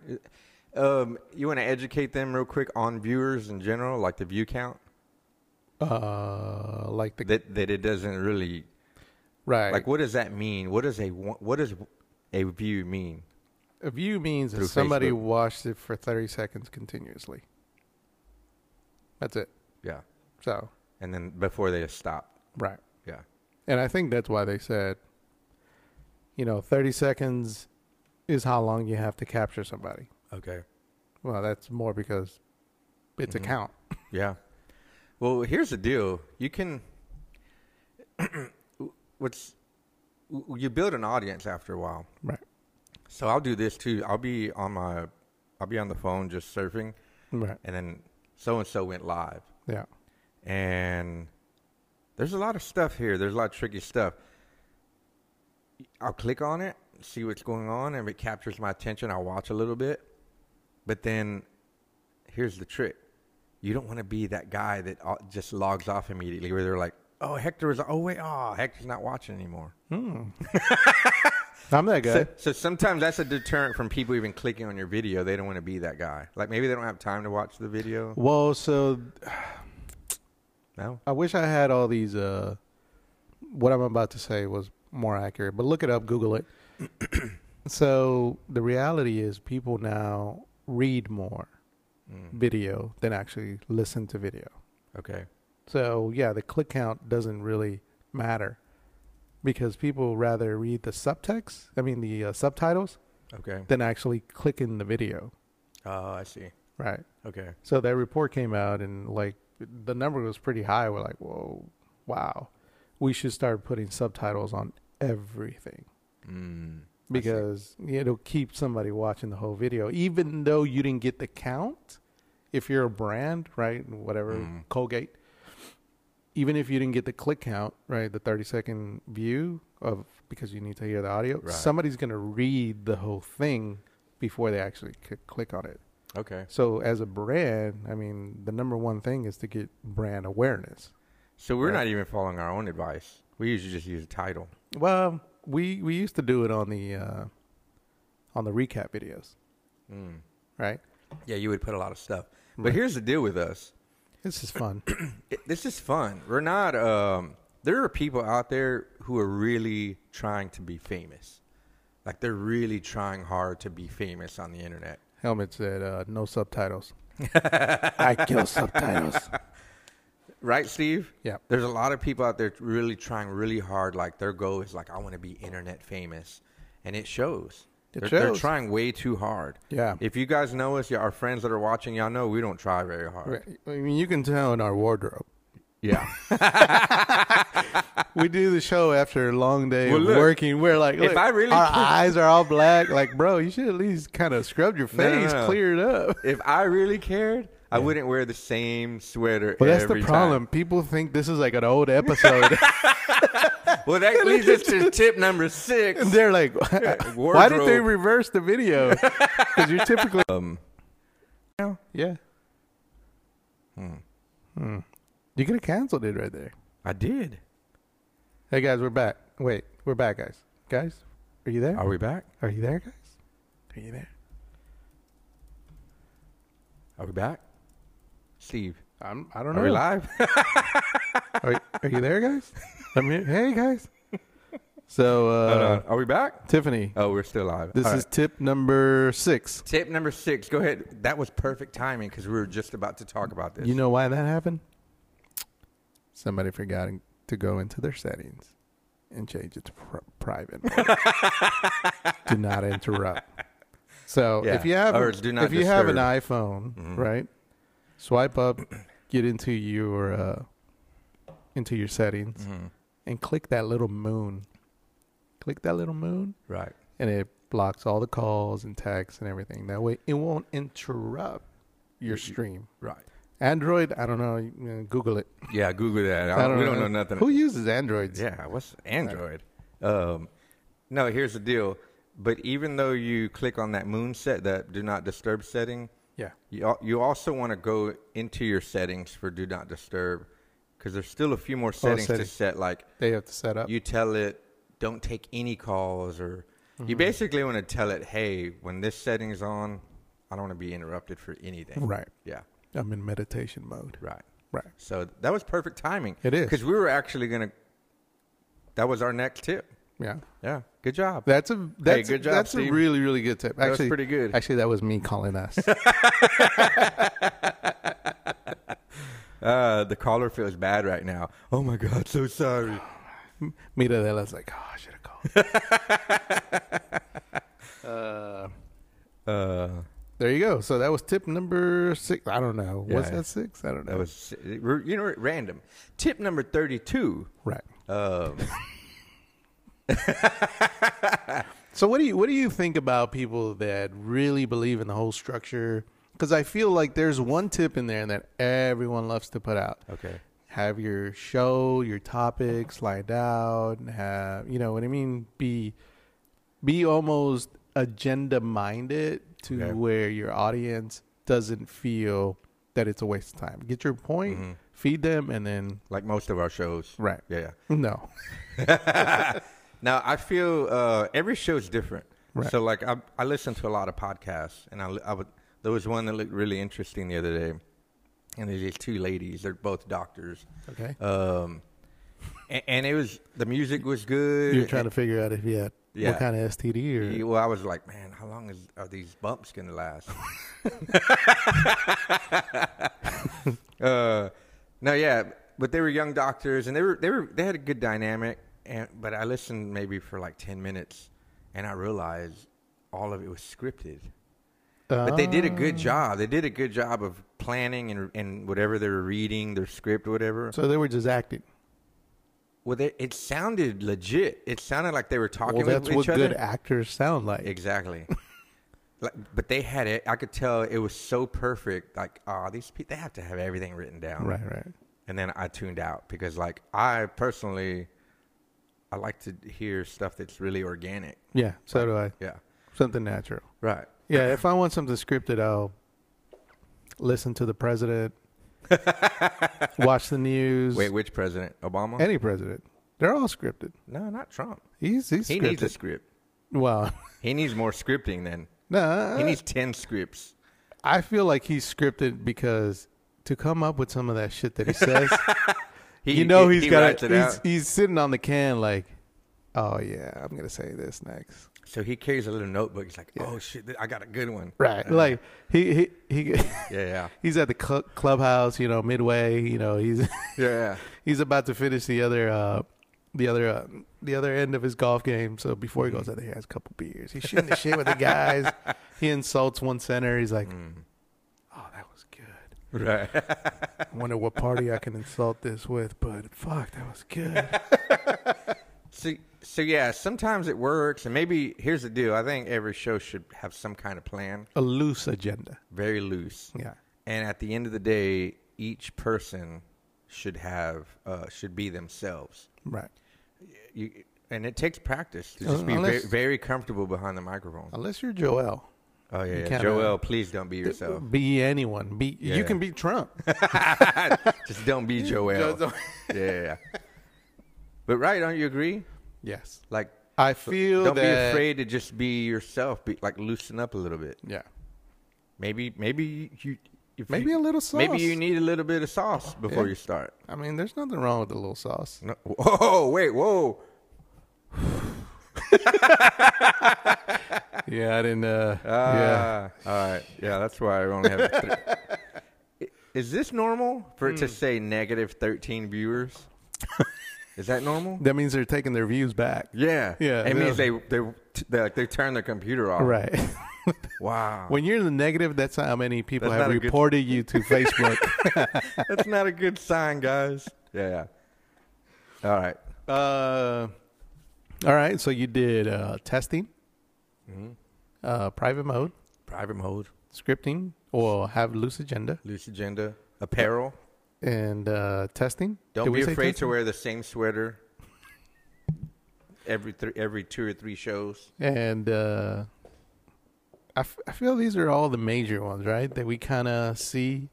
S1: Um, you want to educate them real quick on viewers in general, like the view count,
S2: Uh, like the
S1: that that it doesn't really
S2: right.
S1: like. What does that mean? What does a wa- what does a view mean?
S2: a view means
S1: Through
S2: that somebody
S1: Facebook.
S2: watched it for 30 seconds continuously. That's it.
S1: Yeah,
S2: So
S1: and then before they stop.
S2: right.
S1: Yeah,
S2: And I think that's why they said, you know, 30 seconds is how long you have to capture somebody.
S1: okay.
S2: Well, that's more because it's a count.
S1: Yeah. Well, here's the deal. You can [clears throat] what's you build an audience after a while.
S2: Right.
S1: So I'll do this too. I'll be on my I'll be on the phone just surfing
S2: Right.
S1: and then so and so went live.
S2: Yeah.
S1: And there's a lot of stuff here. There's a lot of tricky stuff. I'll click on it, see what's going on, and if it captures my attention, I'll watch a little bit. But then here's the trick. You don't want to be that guy that uh, just logs off immediately where they're like, "Oh, Hector is oh wait, oh, Hector's not watching anymore."
S2: I'm that
S1: So,
S2: guy.
S1: so sometimes that's a deterrent from people even clicking on your video. They don't want to be that guy. Like maybe they don't have time to watch the video.
S2: Well, so
S1: No.
S2: I wish I had all these. Uh, what I'm about to say was more accurate, but look it up, Google it. so the reality is, people now read more video than actually listen to video.
S1: Okay.
S2: So yeah, the click count doesn't really matter because people rather read the subtext. I mean, the uh, subtitles
S1: Okay.
S2: than actually click in the video.
S1: Oh, I see.
S2: Right.
S1: Okay.
S2: So that report came out, and like the number was pretty high. We're like, whoa, wow, we should start putting subtitles on everything
S1: Mm.
S2: because it'll keep somebody watching the whole video, even though you didn't get the count. If you're a brand, right, whatever
S1: Mm.
S2: Colgate, even if you didn't get the click count, right, the 30 second view of because you need to hear the audio,
S1: Right.
S2: somebody's gonna read the whole thing before they actually c- click on it.
S1: Okay.
S2: So as a brand, I mean, the number one thing is to get brand awareness.
S1: So we're
S2: Right.
S1: not even following our own advice. We usually just use a title.
S2: Well, we we used to do it on the uh, on the recap videos,
S1: Mm.
S2: right?
S1: Yeah, you would put a lot of stuff. But
S2: Right.
S1: here's the deal with us.
S2: This
S1: [coughs]
S2: is fun.
S1: It, this is fun. We're not. Um, there are people out there who are really trying to be famous. Like they're really trying hard to be famous on the internet.
S2: Helmet said uh,
S1: [laughs]
S2: no subtitles.
S5: I kill subtitles.
S1: Right, Steve?
S2: Yeah.
S1: There's a lot of people out there really trying really hard. Like their goal is like, I want to be internet famous, and it shows.
S2: It
S1: they're, they're
S2: shows.
S1: trying way too hard.
S2: Yeah.
S1: If you guys know us, yeah, our friends that are watching, y'all know we don't try very hard.
S2: Right. I mean, you can tell in our wardrobe.
S1: Yeah.
S2: [laughs] We do the show after a long day
S1: Well,
S2: of
S1: look,
S2: working. We're like,
S1: if
S2: look,
S1: I really
S2: our
S1: could-
S2: eyes are all black. Like, bro, you should at least kind of scrub your
S1: [laughs] No, no,
S2: face,
S1: no.
S2: clear it up.
S1: if I really cared, I wouldn't wear the same sweater.
S2: But that's
S1: every
S2: the problem. People think this is like an old episode. [laughs]
S1: time. Well, that leads us to tip number six.
S2: And they're like, [laughs] why did they
S1: wardrobe. [laughs]
S2: reverse the video? Because you're typically. Um, yeah.
S1: Hmm.
S2: Hmm. You could have canceled it right there.
S1: I did.
S2: Hey guys, we're back. Wait, we're back, guys. Guys, are you there?
S1: Are we back?
S2: Are you there, guys?
S5: Are you there?
S1: Are we back? Steve,
S2: I'm. I don't
S1: are we
S2: know. Uh,
S1: live? [laughs]
S2: Are, are you there, guys? I'm here. Hey, guys. So,
S1: Hold
S2: uh,
S1: on. Are we back?
S2: Tiffany,
S1: Oh, we're still live.
S2: this
S1: All
S2: is
S1: right.
S2: tip number six.
S1: tip number six. Go ahead. That was perfect timing because we were just about to talk about this.
S2: You know why that happened? Somebody forgot to go into their settings and change it to pr- private.
S1: [laughs]
S2: do not interrupt. So
S1: Yeah,
S2: if you have
S1: or do not
S2: if you have an
S1: disturb.
S2: iPhone,
S1: Mhm.
S2: right? Swipe up, get into your uh, into your settings,
S1: Mhm.
S2: and click that little moon. Click that little moon,
S1: right?
S2: and it blocks all the calls and texts and everything. That way, it won't interrupt your stream.
S1: Right.
S2: Android, I don't know. you know, Google it.
S1: Yeah. Google that. I
S2: I
S1: don't, we don't know nothing.
S2: Who uses Androids?
S1: Yeah, what's Android? Um, no, here's the deal. But even though you click on that moon set, that do not disturb setting,
S2: yeah.
S1: you al- you also want to go into your settings for do not disturb, because there's still a few more settings to
S2: settings.
S1: set. Like
S2: They have to set up.
S1: you tell it don't take any calls, or
S2: Mm-hmm.
S1: you basically want to tell it, hey, when this setting's on, I don't want to be interrupted for anything.
S2: right.
S1: Yeah.
S2: I'm in meditation mode.
S1: Right.
S2: Right.
S1: So that was perfect timing.
S2: It is.
S1: because we were actually gonna. That was our next tip.
S2: Yeah.
S1: Yeah, good job.
S2: That's a that's
S1: good job,
S2: that's
S1: Steve.
S2: a really really good tip.
S1: was
S2: Actually,
S1: pretty good.
S2: Actually, that was me
S1: [laughs]
S2: calling us.
S1: Uh, the caller feels bad right now. Oh my god, so sorry.
S2: Mira de las like, oh, I should have called. uh,
S1: Uh,
S2: there you go. So that was tip number six. I don't know. was
S1: Yeah.
S2: that six? I don't know.
S1: that was you know random. Tip number thirty-two.
S2: right.
S1: Um,
S2: So what do you what do you think about people that really believe in the whole structure? Because I feel like there's one tip in there that everyone loves to put out.
S1: okay.
S2: Have your show, your topics lined out, and have you know what I mean? Be be almost agenda minded to
S1: Okay.
S2: where your audience doesn't feel that it's a waste of time. Get your point,
S1: Mm-hmm.
S2: feed them, and then [laughs]
S1: Like most of our shows.
S2: right.
S1: Yeah. yeah.
S2: No.
S1: Now I feel uh, every show is different.
S2: Right.
S1: So like I, I listen to a lot of podcasts, and I, I would, there was one that looked really interesting the other day, and there's these two ladies. They're both doctors.
S2: Okay.
S1: Um, and, and it was the music was good.
S2: You're trying to figure out if you had
S1: Yeah.
S2: what kind of STD or
S1: Yeah, Well, I was like, man, how long is are these bumps gonna
S2: [laughs]
S1: last? [laughs] uh, no, yeah, but they were young doctors, and they were they were they had a good dynamic. And but I listened maybe for like ten minutes, and I realized all of it was scripted.
S2: uh,
S1: But they did a
S2: Ah.
S1: good job. They did a good job of planning and and whatever they were reading, their script, whatever.
S2: So they were just acting.
S1: Well, they, it sounded legit. It sounded like they were talking
S2: Well, that's
S1: with
S2: what
S1: each
S2: good
S1: other.
S2: actors sound like.
S1: Exactly. like, but they had it. I could tell it was so perfect. Like, ah, these people, they have to have everything written down.
S2: Right, right.
S1: And then I tuned out because, like, I personally, I like to hear stuff that's really organic.
S2: Yeah, so do I.
S1: Yeah.
S2: Something natural.
S1: Right.
S2: Yeah, if I want something scripted, I'll listen to the president,
S1: [laughs]
S2: watch the news.
S1: Wait, which president? Obama?
S2: any president. They're all scripted.
S1: no, not Trump.
S2: He's, he's
S1: He
S2: scripted.
S1: needs a script.
S2: [laughs] well,
S1: He needs more scripting than.
S2: no,
S1: He needs 10 scripts.
S2: I feel like he's scripted because to come up with some of that shit that he says,
S1: [laughs] He,
S2: you know
S1: he,
S2: he's
S1: he
S2: got
S1: writes it
S2: he's,
S1: out.
S2: he's sitting on the can like, oh yeah, I'm gonna say this next.
S1: So he carries a little notebook. He's like, oh, shit, I got a good one.
S2: Right,
S1: Uh,
S2: like he he he. [laughs]
S1: Yeah, yeah.
S2: he's at the cl- clubhouse, you know, midway, you know, he's [laughs]
S1: Yeah, yeah.
S2: he's about to finish the other uh the other uh, the other end of his golf game. So before he goes out there, he has a couple beers. He's shooting the shit with
S1: [laughs]
S2: the guys. He insults one center. He's like, "Oh, that was good.
S1: Mm. Right.
S2: [laughs] I wonder what party I can insult this with, but fuck, that was good."
S1: [laughs] So, so yeah, sometimes it works, and maybe here's the deal. I think every show should have some kind of plan,
S2: a loose agenda.
S1: very loose,
S2: Yeah.
S1: and at the end of the day, each person should have uh, should be themselves.
S2: Right.
S1: You, and it takes practice to just be very,
S2: Unless- Oh,
S1: very comfortable behind the microphone.
S2: Unless you're Joel.
S1: Oh yeah, yeah.
S2: kinda-
S1: Joel, please don't
S2: [laughs]
S1: be yourself. [laughs]
S2: Be anyone. Be
S1: Yeah.
S2: you can be Trump.
S1: Just don't be
S2: [laughs]
S1: Joel. yeah. But right, don't you agree?
S2: yes.
S1: Like,
S2: I feel
S1: don't
S2: that
S1: be afraid to just be yourself. Be like loosen up a little bit.
S2: Yeah.
S1: Maybe, maybe you. If
S2: Maybe
S1: you-
S2: a little sauce. Oh,
S1: Maybe you need a little bit of sauce before
S2: Yeah.
S1: you start.
S2: I mean, there's nothing wrong with a
S1: [laughs]
S2: little sauce.
S1: No, whoa, wait, whoa.
S2: yeah, I didn't uh yeah.
S1: Ah, All right. Yeah, that's why I only have. Three.
S2: [laughs]
S1: I- Is this normal for
S2: Hmm.
S1: it to say negative thirteen viewers?
S2: [laughs]
S1: Is that normal?
S2: That means they're taking their views back.
S1: Yeah.
S2: Yeah,
S1: It means they
S2: no.
S1: they they, like, they turn their computer off.
S2: Right.
S1: Wow.
S2: [laughs] when you're in the negative, that's how many people
S1: That's
S2: have
S1: not a good-
S2: reported you to Facebook.
S1: [laughs] That's not a good sign, guys. Yeah. All right.
S2: uh all right, so you did uh testing, uh private mode,
S1: Private mode,
S2: scripting, or have loose agenda.
S1: loose agenda, apparel.
S2: and uh, testing.
S1: Don't
S2: Did we
S1: be
S2: say
S1: afraid to
S2: testing?
S1: wear the same sweater every three, every two or three shows.
S2: And uh, I, f- I feel these are all the major ones, right? That we kind of see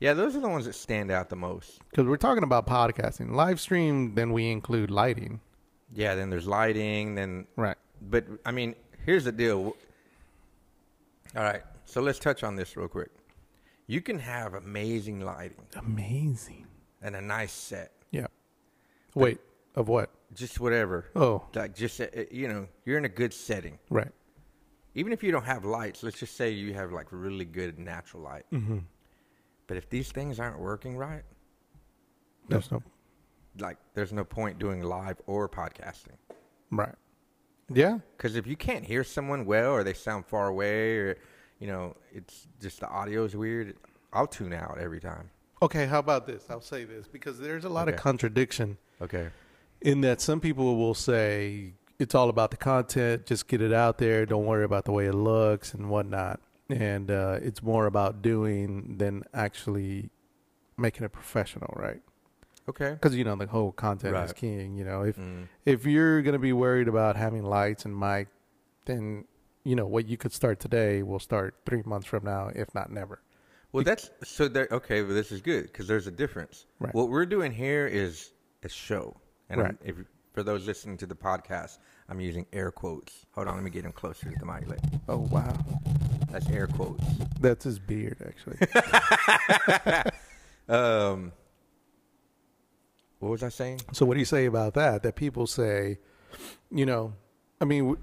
S1: Yeah, those are the ones that stand out the most.
S2: because we're talking about podcasting, live stream. Then we include lighting,
S1: Yeah. Then there's lighting. Then
S2: right?
S1: But I mean, here's the deal. All right, so let's touch on this real quick. You can have amazing lighting
S2: Amazing.
S1: and a nice set,
S2: Yeah. Wait, of what?
S1: just whatever.
S2: Oh,
S1: Like just uh, uh, you know, you're in a good setting.
S2: right.
S1: Even if you don't have lights, let's just say you have like really good natural light. Mm-hmm. But if these things aren't working right,
S2: There's no
S1: like there's no point doing live or podcasting.
S2: right. Yeah,
S1: Because if you can't hear someone well, or they sound far away, or you know, it's just the audio is weird. I'll tune out every time.
S2: Okay, how about this? I'll say this because there's a lot of
S1: Okay.
S2: contradiction
S1: Okay.
S2: in that some people will say it's all about the content, just get it out there, don't worry about the way it looks and whatnot. And uh, it's more about doing than actually making it professional, right?
S1: Okay.
S2: Because you know the whole content is
S1: Right.
S2: king. You know, if
S1: Mm.
S2: if you're gonna be worried about having lights and mic, then you know what you could start today will start three months from now, if not never.
S1: Well, that's so. There. Okay, but this is good because there's a difference.
S2: Right.
S1: What we're doing here is a show, and I'm-
S2: Right.
S1: if, for those listening to the podcast, I'm using air quotes. Hold on, let me get them closer to the mic. Like,
S2: Oh wow,
S1: that's air quotes.
S2: that's his beard actually.
S1: Um, what was I saying?
S2: So what do you say about that? That people say, you know, I mean, w-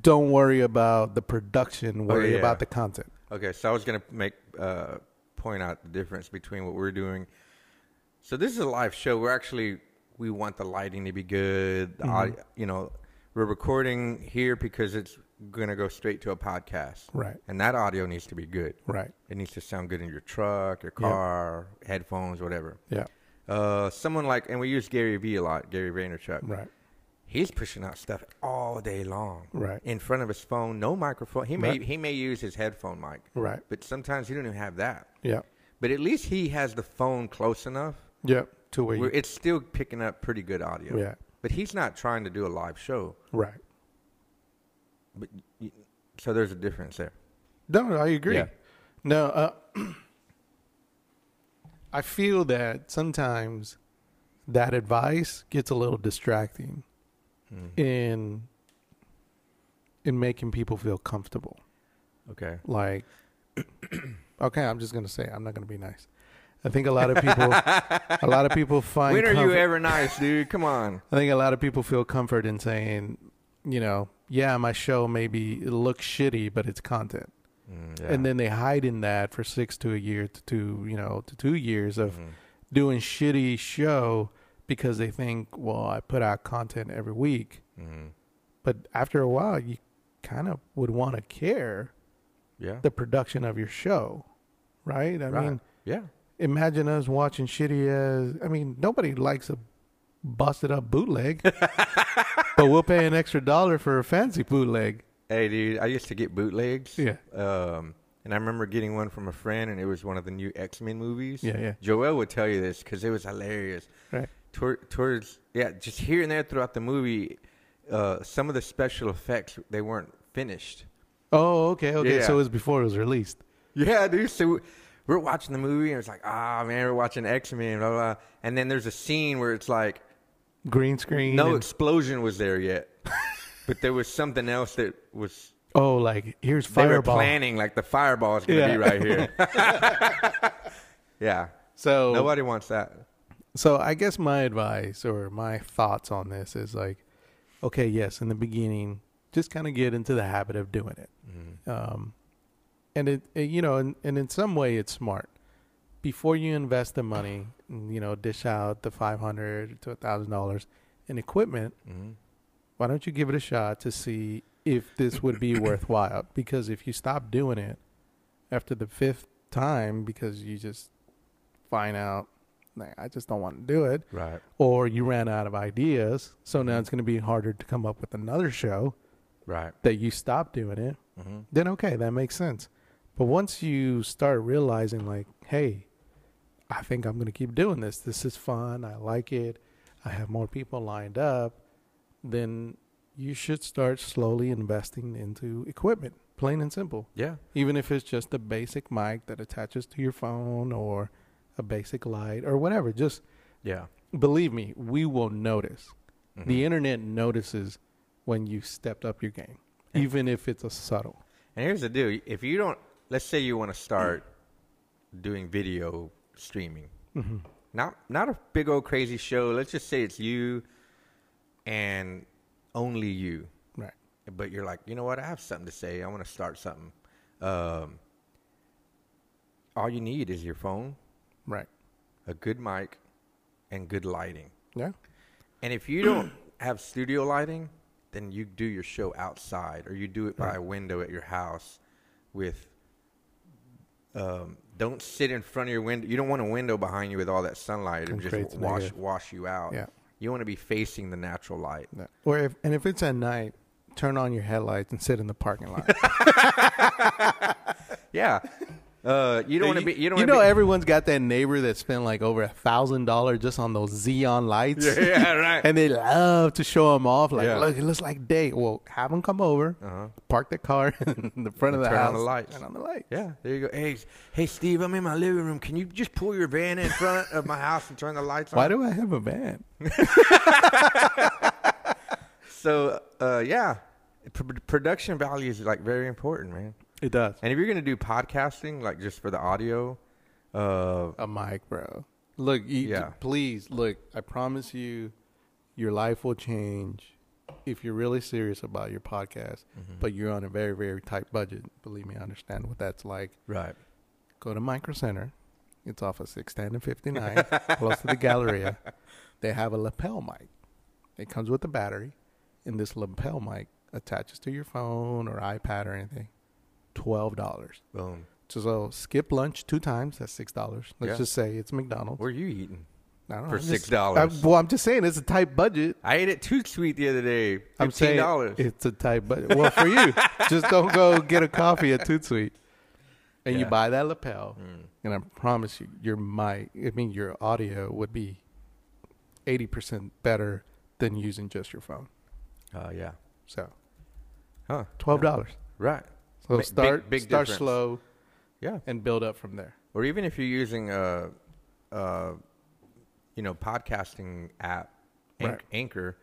S2: don't worry about the production, worry
S1: Oh, yeah.
S2: about the content.
S1: Okay, so I was gonna make uh, point out the difference between what we're doing. So this is a live show. We're actually we want the lighting to be good. The
S2: Mm-hmm.
S1: audio, you know, we're recording here because it's gonna go straight to a podcast,
S2: Right.
S1: And that audio needs to be good.
S2: Right.
S1: It needs to sound good in your truck, your car, headphones, whatever.
S2: Yeah.
S1: Uh, someone like, and we use Gary Vee a lot, Gary Vaynerchuk.
S2: Right.
S1: He's pushing out stuff all day long,
S2: Right.
S1: In front of his phone, no microphone. He may
S2: Right.
S1: he may use his headphone mic,
S2: Right.
S1: But sometimes he don't even have that.
S2: Yeah.
S1: But at least he has the phone close enough
S2: Yeah. To where
S1: where
S2: you,
S1: it's still picking up pretty good audio.
S2: Yeah.
S1: But he's not trying to do a live show.
S2: right.
S1: But y so there's a difference there.
S2: No, I agree.
S1: Yeah.
S2: No, uh, [clears throat] I feel that sometimes that advice gets a little distracting
S1: Mm-hmm.
S2: in in making people feel comfortable.
S1: Okay.
S2: like [clears throat] okay i'm just gonna say i'm not gonna be nice i think a lot of people a lot of people find
S1: [laughs] when are you
S2: comfort-
S1: ever nice, dude? Come
S2: [laughs]
S1: on.
S2: i think a lot of people feel comfort in saying you know yeah my show maybe it looks shitty but it's content
S1: Mm,
S2: and then they hide in that for six to a year to two you know to two years of
S1: Mm-hmm.
S2: doing shitty show because they think well i put out content every week
S1: Mm-hmm.
S2: but after a while you kind of would want to care
S1: yeah.
S2: the production of your show, right? I
S1: right.
S2: mean,
S1: yeah.
S2: imagine us watching shitty as I mean, nobody likes a busted
S1: [laughs]
S2: up bootleg, but we'll pay an extra dollar for a fancy bootleg.
S1: Hey, dude, I used to get bootlegs.
S2: Yeah.
S1: Um, and I remember getting one from a friend, and it was one of the new X Men movies.
S2: Yeah, yeah.
S1: Joel would tell you this because it was hilarious.
S2: Right.
S1: Toward, towards, yeah, just here and there throughout the movie, uh, some of the special effects they weren't finished,
S2: Oh, okay, okay.
S1: Yeah.
S2: So it was before it was released.
S1: Yeah, dude. So we're watching the movie and it's like, ah, man, we're watching X Men, blah, blah. And then there's a scene where it's like,
S2: Green screen.
S1: no
S2: and-
S1: explosion was there yet, [laughs] but there was something else that was.
S2: oh, like here's
S1: They were
S2: fireball.
S1: planning like the fireball is going to
S2: Yeah.
S1: be right here. [laughs] yeah.
S2: So
S1: Nobody wants that.
S2: So I guess my advice or my thoughts on this is like, okay, yes, in the beginning, just kind of get into the habit of doing it, um, and it, it- you know, and, and in some way, it's smart. Before you invest the money, you know, dish out the five hundred to thousand dollars in equipment. Why don't you give it a shot to see if this would be worthwhile? Because if you stop doing it after the fifth time, because you just find out like, I just don't want to do it.
S1: Right.
S2: Or you ran out of ideas. So now it's going to be harder to come up with another show
S1: Right.
S2: that you stop doing it.
S1: Mhm.
S2: Then, okay, that makes sense. But once you start realizing, like, hey, I think I'm going to keep doing this. This is fun. I like it. I have more people lined up. Then you should start slowly investing into equipment, plain and simple
S1: Yeah.
S2: even if it's just a basic mic that attaches to your phone or a basic light or whatever just
S1: Yeah.
S2: believe me we will notice the internet notices when you stepped up your game even if it's a subtle
S1: And here's the deal: if you don't, let's say you want to start doing video streaming, not not a big old crazy show. Let's just say it's you and only you.
S2: right
S1: But you're like, you know what? I have something to say. I want to start something. Um, all you need is your phone,
S2: right
S1: a good mic, and good lighting.
S2: yeah
S1: And if you don't [clears throat] have studio lighting, then you do your show outside or you do it by a window at your house with um, don't sit in front of your window. You don't want a window behind you with all that sunlight and
S2: It
S1: just
S2: creates
S1: wash
S2: negative.
S1: wash you out.
S2: Yeah.
S1: You want to be facing the natural light.
S2: Yeah. or if and if it's at night turn on your headlights and sit in the parking [laughs] lot [laughs]
S1: Yeah. Uh, you don't want to be. You don't.
S2: you
S1: wanna
S2: know
S1: be,
S2: everyone's got that neighbor that spent like over a thousand dollars just on those xeon lights
S1: Yeah, yeah, right.
S2: [laughs] and they love to show them off like
S1: Yeah.
S2: look it looks like day well have them come over
S1: Uh-huh.
S2: park the car [laughs] in the front of the
S1: turn on
S2: house
S1: the lights.
S2: turn on the lights
S1: Yeah, there you go. Hey, s- hey, Steve, I'm in my living room. Can you just pull your van in front of my house and turn the lights on?
S2: why do i have a van
S1: So uh, yeah, P- production value is like very important, man.
S2: it does
S1: And if you're gonna do podcasting, like just for the audio, uh,
S2: a mic bro look you,
S1: Yeah.
S2: please look i promise you your life will change if you're really serious about your podcast
S1: Mm-hmm.
S2: but you're on a very very tight budget believe me i understand what that's like
S1: right?
S2: go to Micro Center. It's off of 610 and
S1: [laughs]
S2: 59, close to the Galleria. They have a lapel mic. It comes with a battery, and this lapel mic attaches to your phone or iPad or anything. $12.
S1: Boom.
S2: So, so skip lunch two times. That's $6. Let's
S1: Yeah.
S2: just say it's McDonald's.
S1: Where are you eating?
S2: I don't know,
S1: for
S2: I'm just-
S1: $6.
S2: I- well, I'm just saying it's a tight budget.
S1: I ate it too sweet the other day.
S2: I'm
S1: Fifteen
S2: saying
S1: dollars.
S2: it's a tight budget. Well,
S1: [laughs]
S2: for you, just don't go get a coffee at Toot Sweet, and you
S1: Yeah. Mm.
S2: buy that lapel, and I promise you, your mic, I mean, your audio would be eighty percent better than using just your phone.
S1: Oh yeah.
S2: So
S1: Huh.
S2: twelve dollars.
S1: Right.
S2: So
S1: Big-
S2: start
S1: big
S2: start
S1: difference.
S2: slow
S1: Yeah.
S2: and build up from there.
S1: Or even if you're using a, uh, you know, podcasting app, Anch-
S2: Right.
S1: Anchor,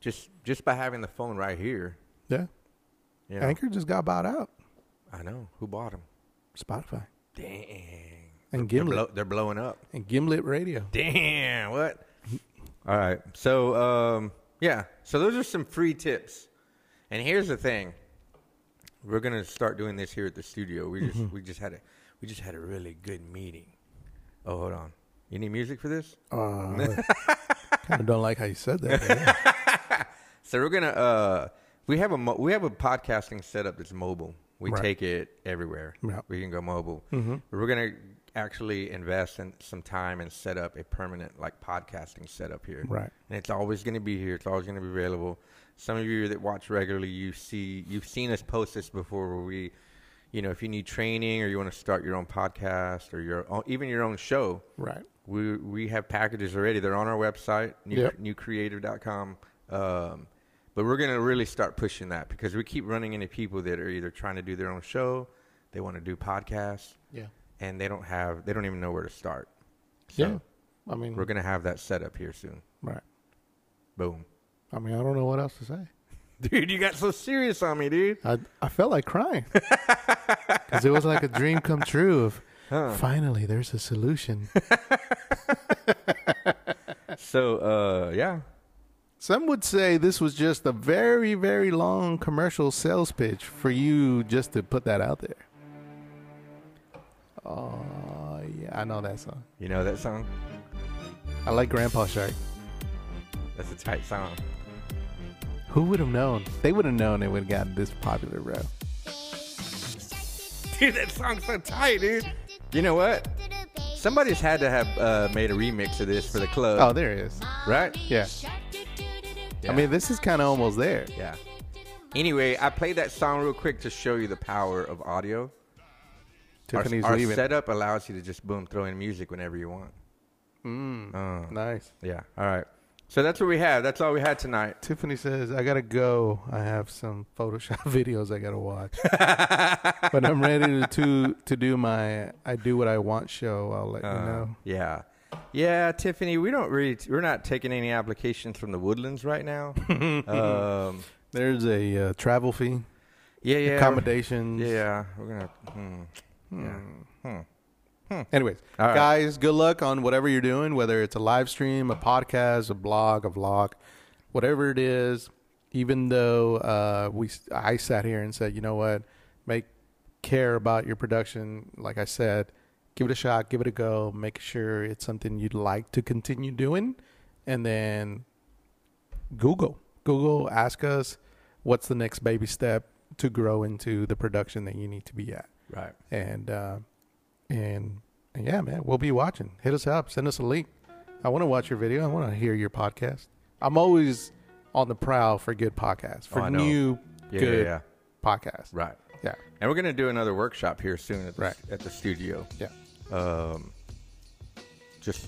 S1: just just by having the phone right here.
S2: Yeah,
S1: You know,
S2: Anchor just got bought out.
S1: I know who bought them.
S2: Spotify
S1: Dang.
S2: and
S1: They're,
S2: Gimlet
S1: blow- they're blowing up.
S2: and Gimlet Radio.
S1: Damn, what? All right. So, um, yeah. So those are some free tips. And here's the thing. We're going to start doing this here at the studio. We just we just had a we just had a really good meeting. Oh, hold on. You need music for this?
S2: [laughs] Uh, kind of don't like how you said that. but yeah.
S1: So we're going to uh we have a mo- we have a podcasting setup that's mobile. We
S2: Right.
S1: take it everywhere.
S2: Yeah. Mm-hmm.
S1: We can go mobile. We're going to actually invest in some time and set up a permanent like podcasting setup here.
S2: Right.
S1: and it's always going to be here. It's always going to be available. Some of you that watch regularly, you see, you've seen us post this before. Where we, you know, if you need training or you want to start your own podcast or your own, even your own show,
S2: [laughs] Right.
S1: we we have packages already. They're on our website, new,
S2: Yep.
S1: newcreative.com. Um, But we're gonna really start pushing that because we keep running into people that are either trying to do their own show, they want to do podcasts,
S2: Yeah.
S1: and they don't have they don't even know where to start.
S2: Yeah. I mean,
S1: We're gonna have that set up here soon.
S2: right.
S1: Boom. [laughs]
S2: I mean, I don't know what else to say.
S1: Dude, you got so serious on me,
S2: [laughs]
S1: dude.
S2: I I felt like [laughs] crying because it was like a dream come true. Of finally, there's a solution.
S1: So uh yeah.
S2: Some would say this was just a very very long commercial sales pitch for you just to put that out there. Oh yeah, I know that song.
S1: You know that song?
S2: I like Grandpa Shark.
S1: That's a tight song. [laughs]
S2: Who would have known? They would have known it would have gotten this popular, bro.
S1: Dude, that song's so tight, dude. You know what? Somebody's had to have uh, made a remix of this for the
S2: Oh,
S1: club,
S2: there it is.
S1: right?
S2: Yeah.
S1: Yeah.
S2: I mean, this is kind of almost there.
S1: Yeah. Anyway, I played that song real quick to show you the power of audio. Our,
S2: Tiffany's
S1: our
S2: leaving.
S1: setup allows you to just boom throw in music whenever you want.
S2: Mm,
S1: Uh,
S2: nice.
S1: yeah. All right. So that's what we have. That's all we had tonight.
S2: Tiffany says, I gotta go. I have some Photoshop [laughs] videos I
S1: [laughs]
S2: gotta watch. but I'm ready to, to to do my I do what I want show. I'll let you
S1: Uh,
S2: know.
S1: Yeah. Yeah, Tiffany, we don't really we're not taking any applications from the Woodlands right
S2: [laughs]
S1: now. um,
S2: There's a uh, travel fee,
S1: yeah, yeah.
S2: accommodations.
S1: Yeah, we're gonna. Hmm.
S2: Hmm.
S1: Hmm.
S2: [laughs] Anyways,
S1: All right.
S2: guys, good luck on whatever you're doing, whether it's a live stream, a podcast, a blog, a vlog, whatever it is. Even though uh, we, I sat here and said, you know what, make care about your production. Like I said, give it a shot, give it a go, make sure it's something you'd like to continue doing, and then Google, Google, ask us what's the next baby step to grow into the production that you need to be at
S1: Right.
S2: and uh, and and yeah, man, we'll be watching. Hit us up, send us a link. I want to watch your video. I want to hear your podcast. I'm always on the prowl for good podcasts,
S1: Oh,
S2: for
S1: I know.
S2: new
S1: Yeah,
S2: good
S1: yeah, yeah.
S2: podcasts.
S1: Right.
S2: Yeah,
S1: And we're gonna do another workshop here soon at the,
S2: Right.
S1: at the studio.
S2: yeah.
S1: Um, just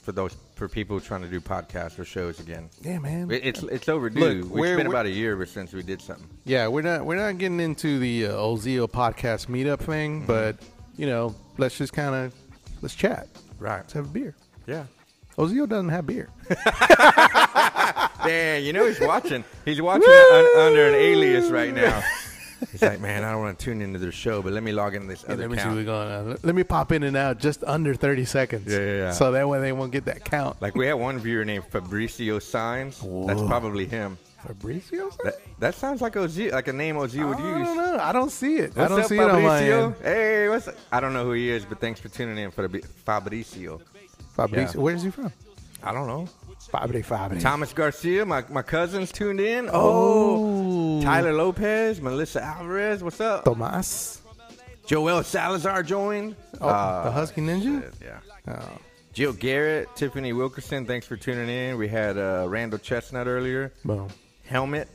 S1: for those for people trying to do podcasts or shows again.
S2: Yeah, man.
S1: It, it's it's overdue.
S2: Look,
S1: it's
S2: we're-
S1: been
S2: we're-
S1: about a year since we did something.
S2: Yeah, we're not we're not getting into the uh, Ozeo podcast meetup
S1: Mm-hmm.
S2: thing, but you know, let's just kind of let's chat.
S1: Right.
S2: Let's have a beer.
S1: Yeah.
S2: Ozeo doesn't have beer.
S1: Damn, you know he's watching. [laughs] He's watching un- under an alias right now. [laughs] He's like, man, I don't want to tune into their show, but let me log into this
S2: Yeah,
S1: other
S2: let me see
S1: account.
S2: what's going on. Let me pop in and out just under 30 seconds.
S1: Yeah, yeah, yeah.
S2: So that way they won't get that count.
S1: Like we had one viewer named Fabricio Signs. That's
S2: Whoa.
S1: probably him.
S2: Fabrizio?
S1: That, that sounds like Oz, like a name Oz would use.
S2: I don't know. I don't see it. I
S1: What's
S2: don't
S1: up,
S2: see it on my
S1: Fabricio?
S2: end.
S1: Hey, what's up? I don't know who he is, but thanks for tuning in for the Fabricio.
S2: Fabrizio.
S1: Yeah.
S2: Where is he from?
S1: I don't know.
S2: Fabri Fabri.
S1: Thomas Garcia, my, my cousins tuned in. Oh.
S2: Oh.
S1: Tyler Lopez, Melissa Alvarez, what's up?
S2: Tomas.
S1: Joel Salazar joined.
S2: Oh,
S1: Uh,
S2: the Husky Ninja?
S1: shit, yeah.
S2: Oh.
S1: Jill Garrett, Tiffany Wilkerson, thanks for tuning in. We had uh, Randall Chestnut earlier.
S2: Boom.
S1: Helmet.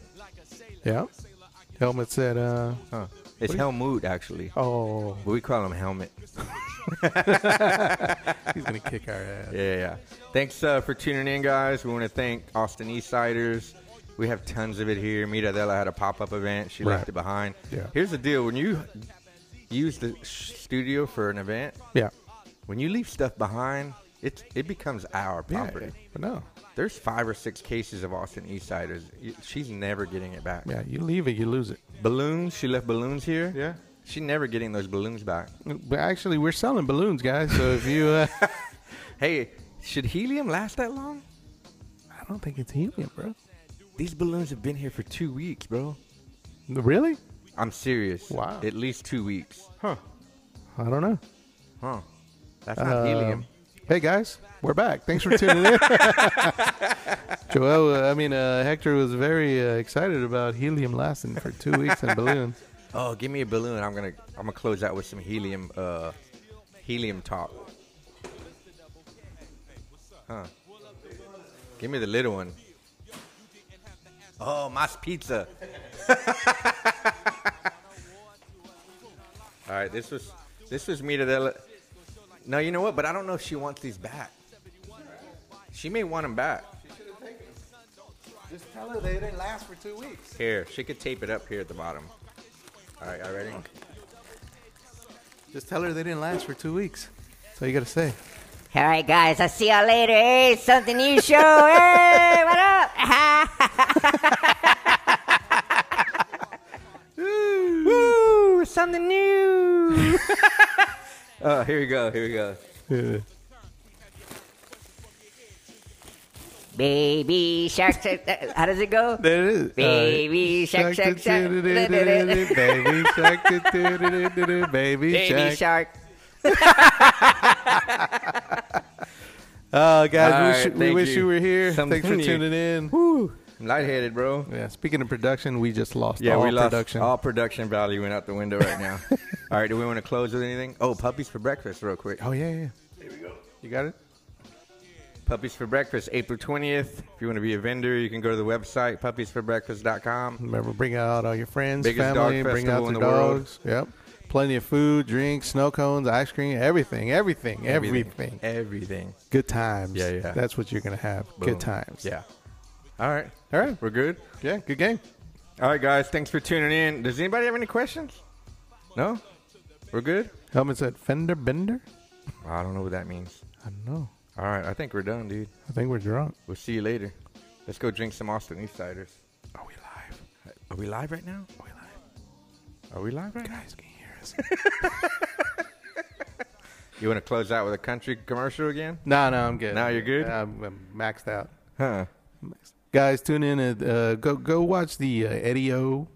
S2: Yeah. Helmet said, uh,
S1: Huh. It's Helmut, actually.
S2: oh,
S1: But we call him Helmet.
S2: he's going to kick our ass.
S1: [laughs] Yeah, yeah, yeah. Thanks uh, for tuning in, guys. We want to thank Austin Eastsiders. We have tons of it here. Mita Adela had a pop up event. She
S2: Right.
S1: left it behind.
S2: Yeah.
S1: Here's the deal when you use the sh- studio for an event,
S2: Yeah.
S1: when you leave stuff behind, it's, it becomes our
S2: Yeah.
S1: property.
S2: But no.
S1: There's five or six cases of Austin Eastsiders. Y- She's never getting it back.
S2: Yeah. You leave it, you lose it.
S1: Balloons. She left balloons here.
S2: Yeah.
S1: She never getting those balloons back.
S2: But actually, we're selling balloons, guys. So if
S1: [laughs]
S2: you, uh,
S1: Hey, should helium last that long?
S2: I don't think it's helium, bro.
S1: These balloons have been here for two weeks, bro.
S2: Really?
S1: I'm serious.
S2: Wow.
S1: At least two weeks. Huh.
S2: I don't know.
S1: Huh. That's not helium.
S2: Um, Hey guys, we're back. Thanks for tuning in. Joel, uh, I mean uh, Hector was very uh, excited about helium lasting for two weeks in balloons.
S1: Oh, give me a balloon. I'm gonna I'm gonna close out with some helium uh helium talk. Huh. Give me the little one. Oh, mas pizza. [laughs] All right, this was this was me to the. No, you know what? But I don't know if she wants these back. She may want them back.
S2: Oh, look, they didn't last for two weeks.
S1: Here, she could tape it up here at the bottom. All right, y'all ready?
S2: Just tell her they didn't last for two weeks. That's all you gotta say.
S3: All right, guys. I'll see y'all later. Hey, something new [laughs] show. hey, what up? [laughs] Woo! Something new.
S1: Oh, here we go. Here we go.
S3: Baby shark, shark. shark. How does it go?
S2: There it is. Uh,
S3: Baby shark, shark, shark.
S2: Baby shark, do-do-do-do-do-do, baby
S3: Baby
S2: shark.
S3: shark.
S2: Oh,
S1: All
S2: guys, we
S1: right,
S2: wish, we
S1: thank
S2: wish
S1: you.
S2: you were here.
S1: Something
S2: Thanks for
S1: new.
S2: tuning in.
S1: I'm lightheaded, bro.
S2: Yeah, speaking of production, we just lost
S1: Yeah,
S2: all
S1: we lost
S2: production.
S1: all production value went out the window right
S2: [laughs]
S1: now. All right, do we want to close with anything? Oh, puppies for breakfast, real quick.
S2: Oh yeah, yeah. Here we go. You got it.
S1: Puppies for breakfast, April 20th. If you want to be a vendor, you can go to the website puppiesforbreakfast.com.
S2: Remember, bring out all your friends,
S1: Biggest dog
S2: family, bring
S1: festival in
S2: out their
S1: the world.
S2: dogs. Yep. Plenty of food, drinks, snow cones, ice cream, everything, everything, everything.
S1: Everything.
S2: Good times.
S1: Yeah, yeah.
S2: That's what you're gonna have.
S1: Boom.
S2: Good times.
S1: Yeah. All right.
S2: All right.
S1: We're good.
S2: Yeah. Good game.
S1: All right, guys. Thanks for tuning in. Does anybody have any questions? No? We're good?
S2: Helmet said fender bender.
S1: I don't know what that means.
S2: I don't know.
S1: All right. I think we're done, dude.
S2: I think we're drunk.
S1: We'll see you later. Let's go drink some Austin East Ciders.
S2: Are we live?
S1: Are we live right now?
S2: Are we live?
S1: Are we live right now?
S2: Guys can you hear
S1: [laughs]
S2: us.
S1: You want to close out with a country commercial again?
S2: no, no, I'm good.
S1: Now you're good?
S2: I'm, I'm maxed out.
S1: Huh.
S2: Guys, tune in. At, uh, go go watch the uh, Eddie O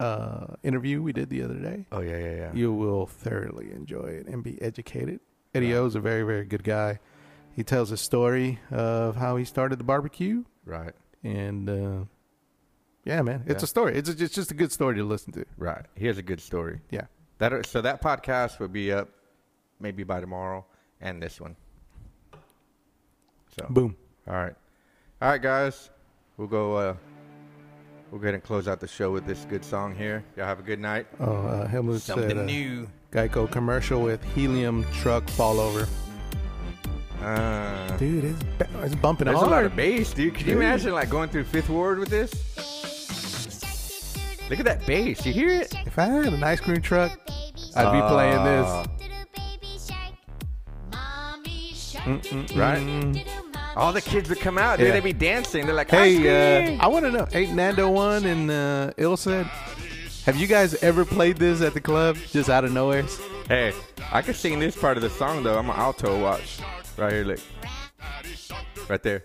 S2: uh, interview we did the other day.
S1: Oh, yeah, yeah, yeah.
S2: you will thoroughly enjoy it and be educated. Eddie O is a very, very good guy. He tells a story of how he started the barbecue,
S1: right.
S2: and uh, yeah, man, it's
S1: Yeah.
S2: a story. It's, a, it's just a good story to listen to.
S1: Right. Here's a good story.
S2: Yeah,
S1: That so that podcast will be up maybe by tomorrow, and this one. So
S2: boom.
S1: all right, all right, guys, we'll go. Uh, we'll go ahead and close out the show with this good song here. Y'all have a good night.
S2: Oh, uh, Helmut said uh,
S1: new.
S2: Geico commercial with helium truck fall over.
S1: Uh,
S2: Dude, it's, ba- it's bumping
S1: there's a
S2: hard.
S1: lot of bass, dude. Could you
S2: Dude.
S1: imagine like going through Fifth Ward with this? Look at that bass. You hear it?
S2: if I had an ice cream truck, I'd be playing this.
S1: Right. Mm. All the kids that come out, dude,
S2: Yeah.
S1: they be dancing. They're like,
S2: Hey,
S1: "Ice
S2: uh,
S1: cream!"
S2: I want to know. Hey, Nando One and uh, Il said, have you guys ever played this at the club just out of nowhere?
S1: hey, I could sing this part of the song though. I'm an alto watch, right here. Look, right there.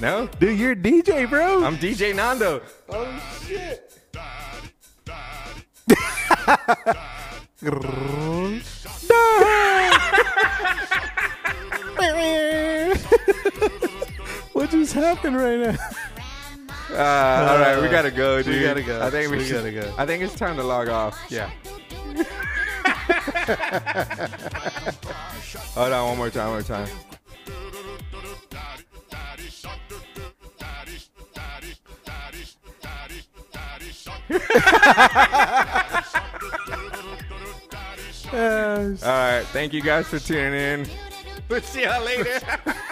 S1: No,
S2: Dude, you're a DJ, bro.
S1: I'm DJ Nando.
S2: [laughs] what just happened right now?
S1: Uh, all right, we gotta go, dude.
S2: we gotta go.
S1: I think we,
S2: We
S1: should,
S2: gotta go.
S1: I think it's time to log off. [laughs]
S2: Yeah.
S1: Hold on, one more time, one more [laughs] time.
S2: Uh,
S1: All right, thank you guys for tuning in. We'll see y'all later.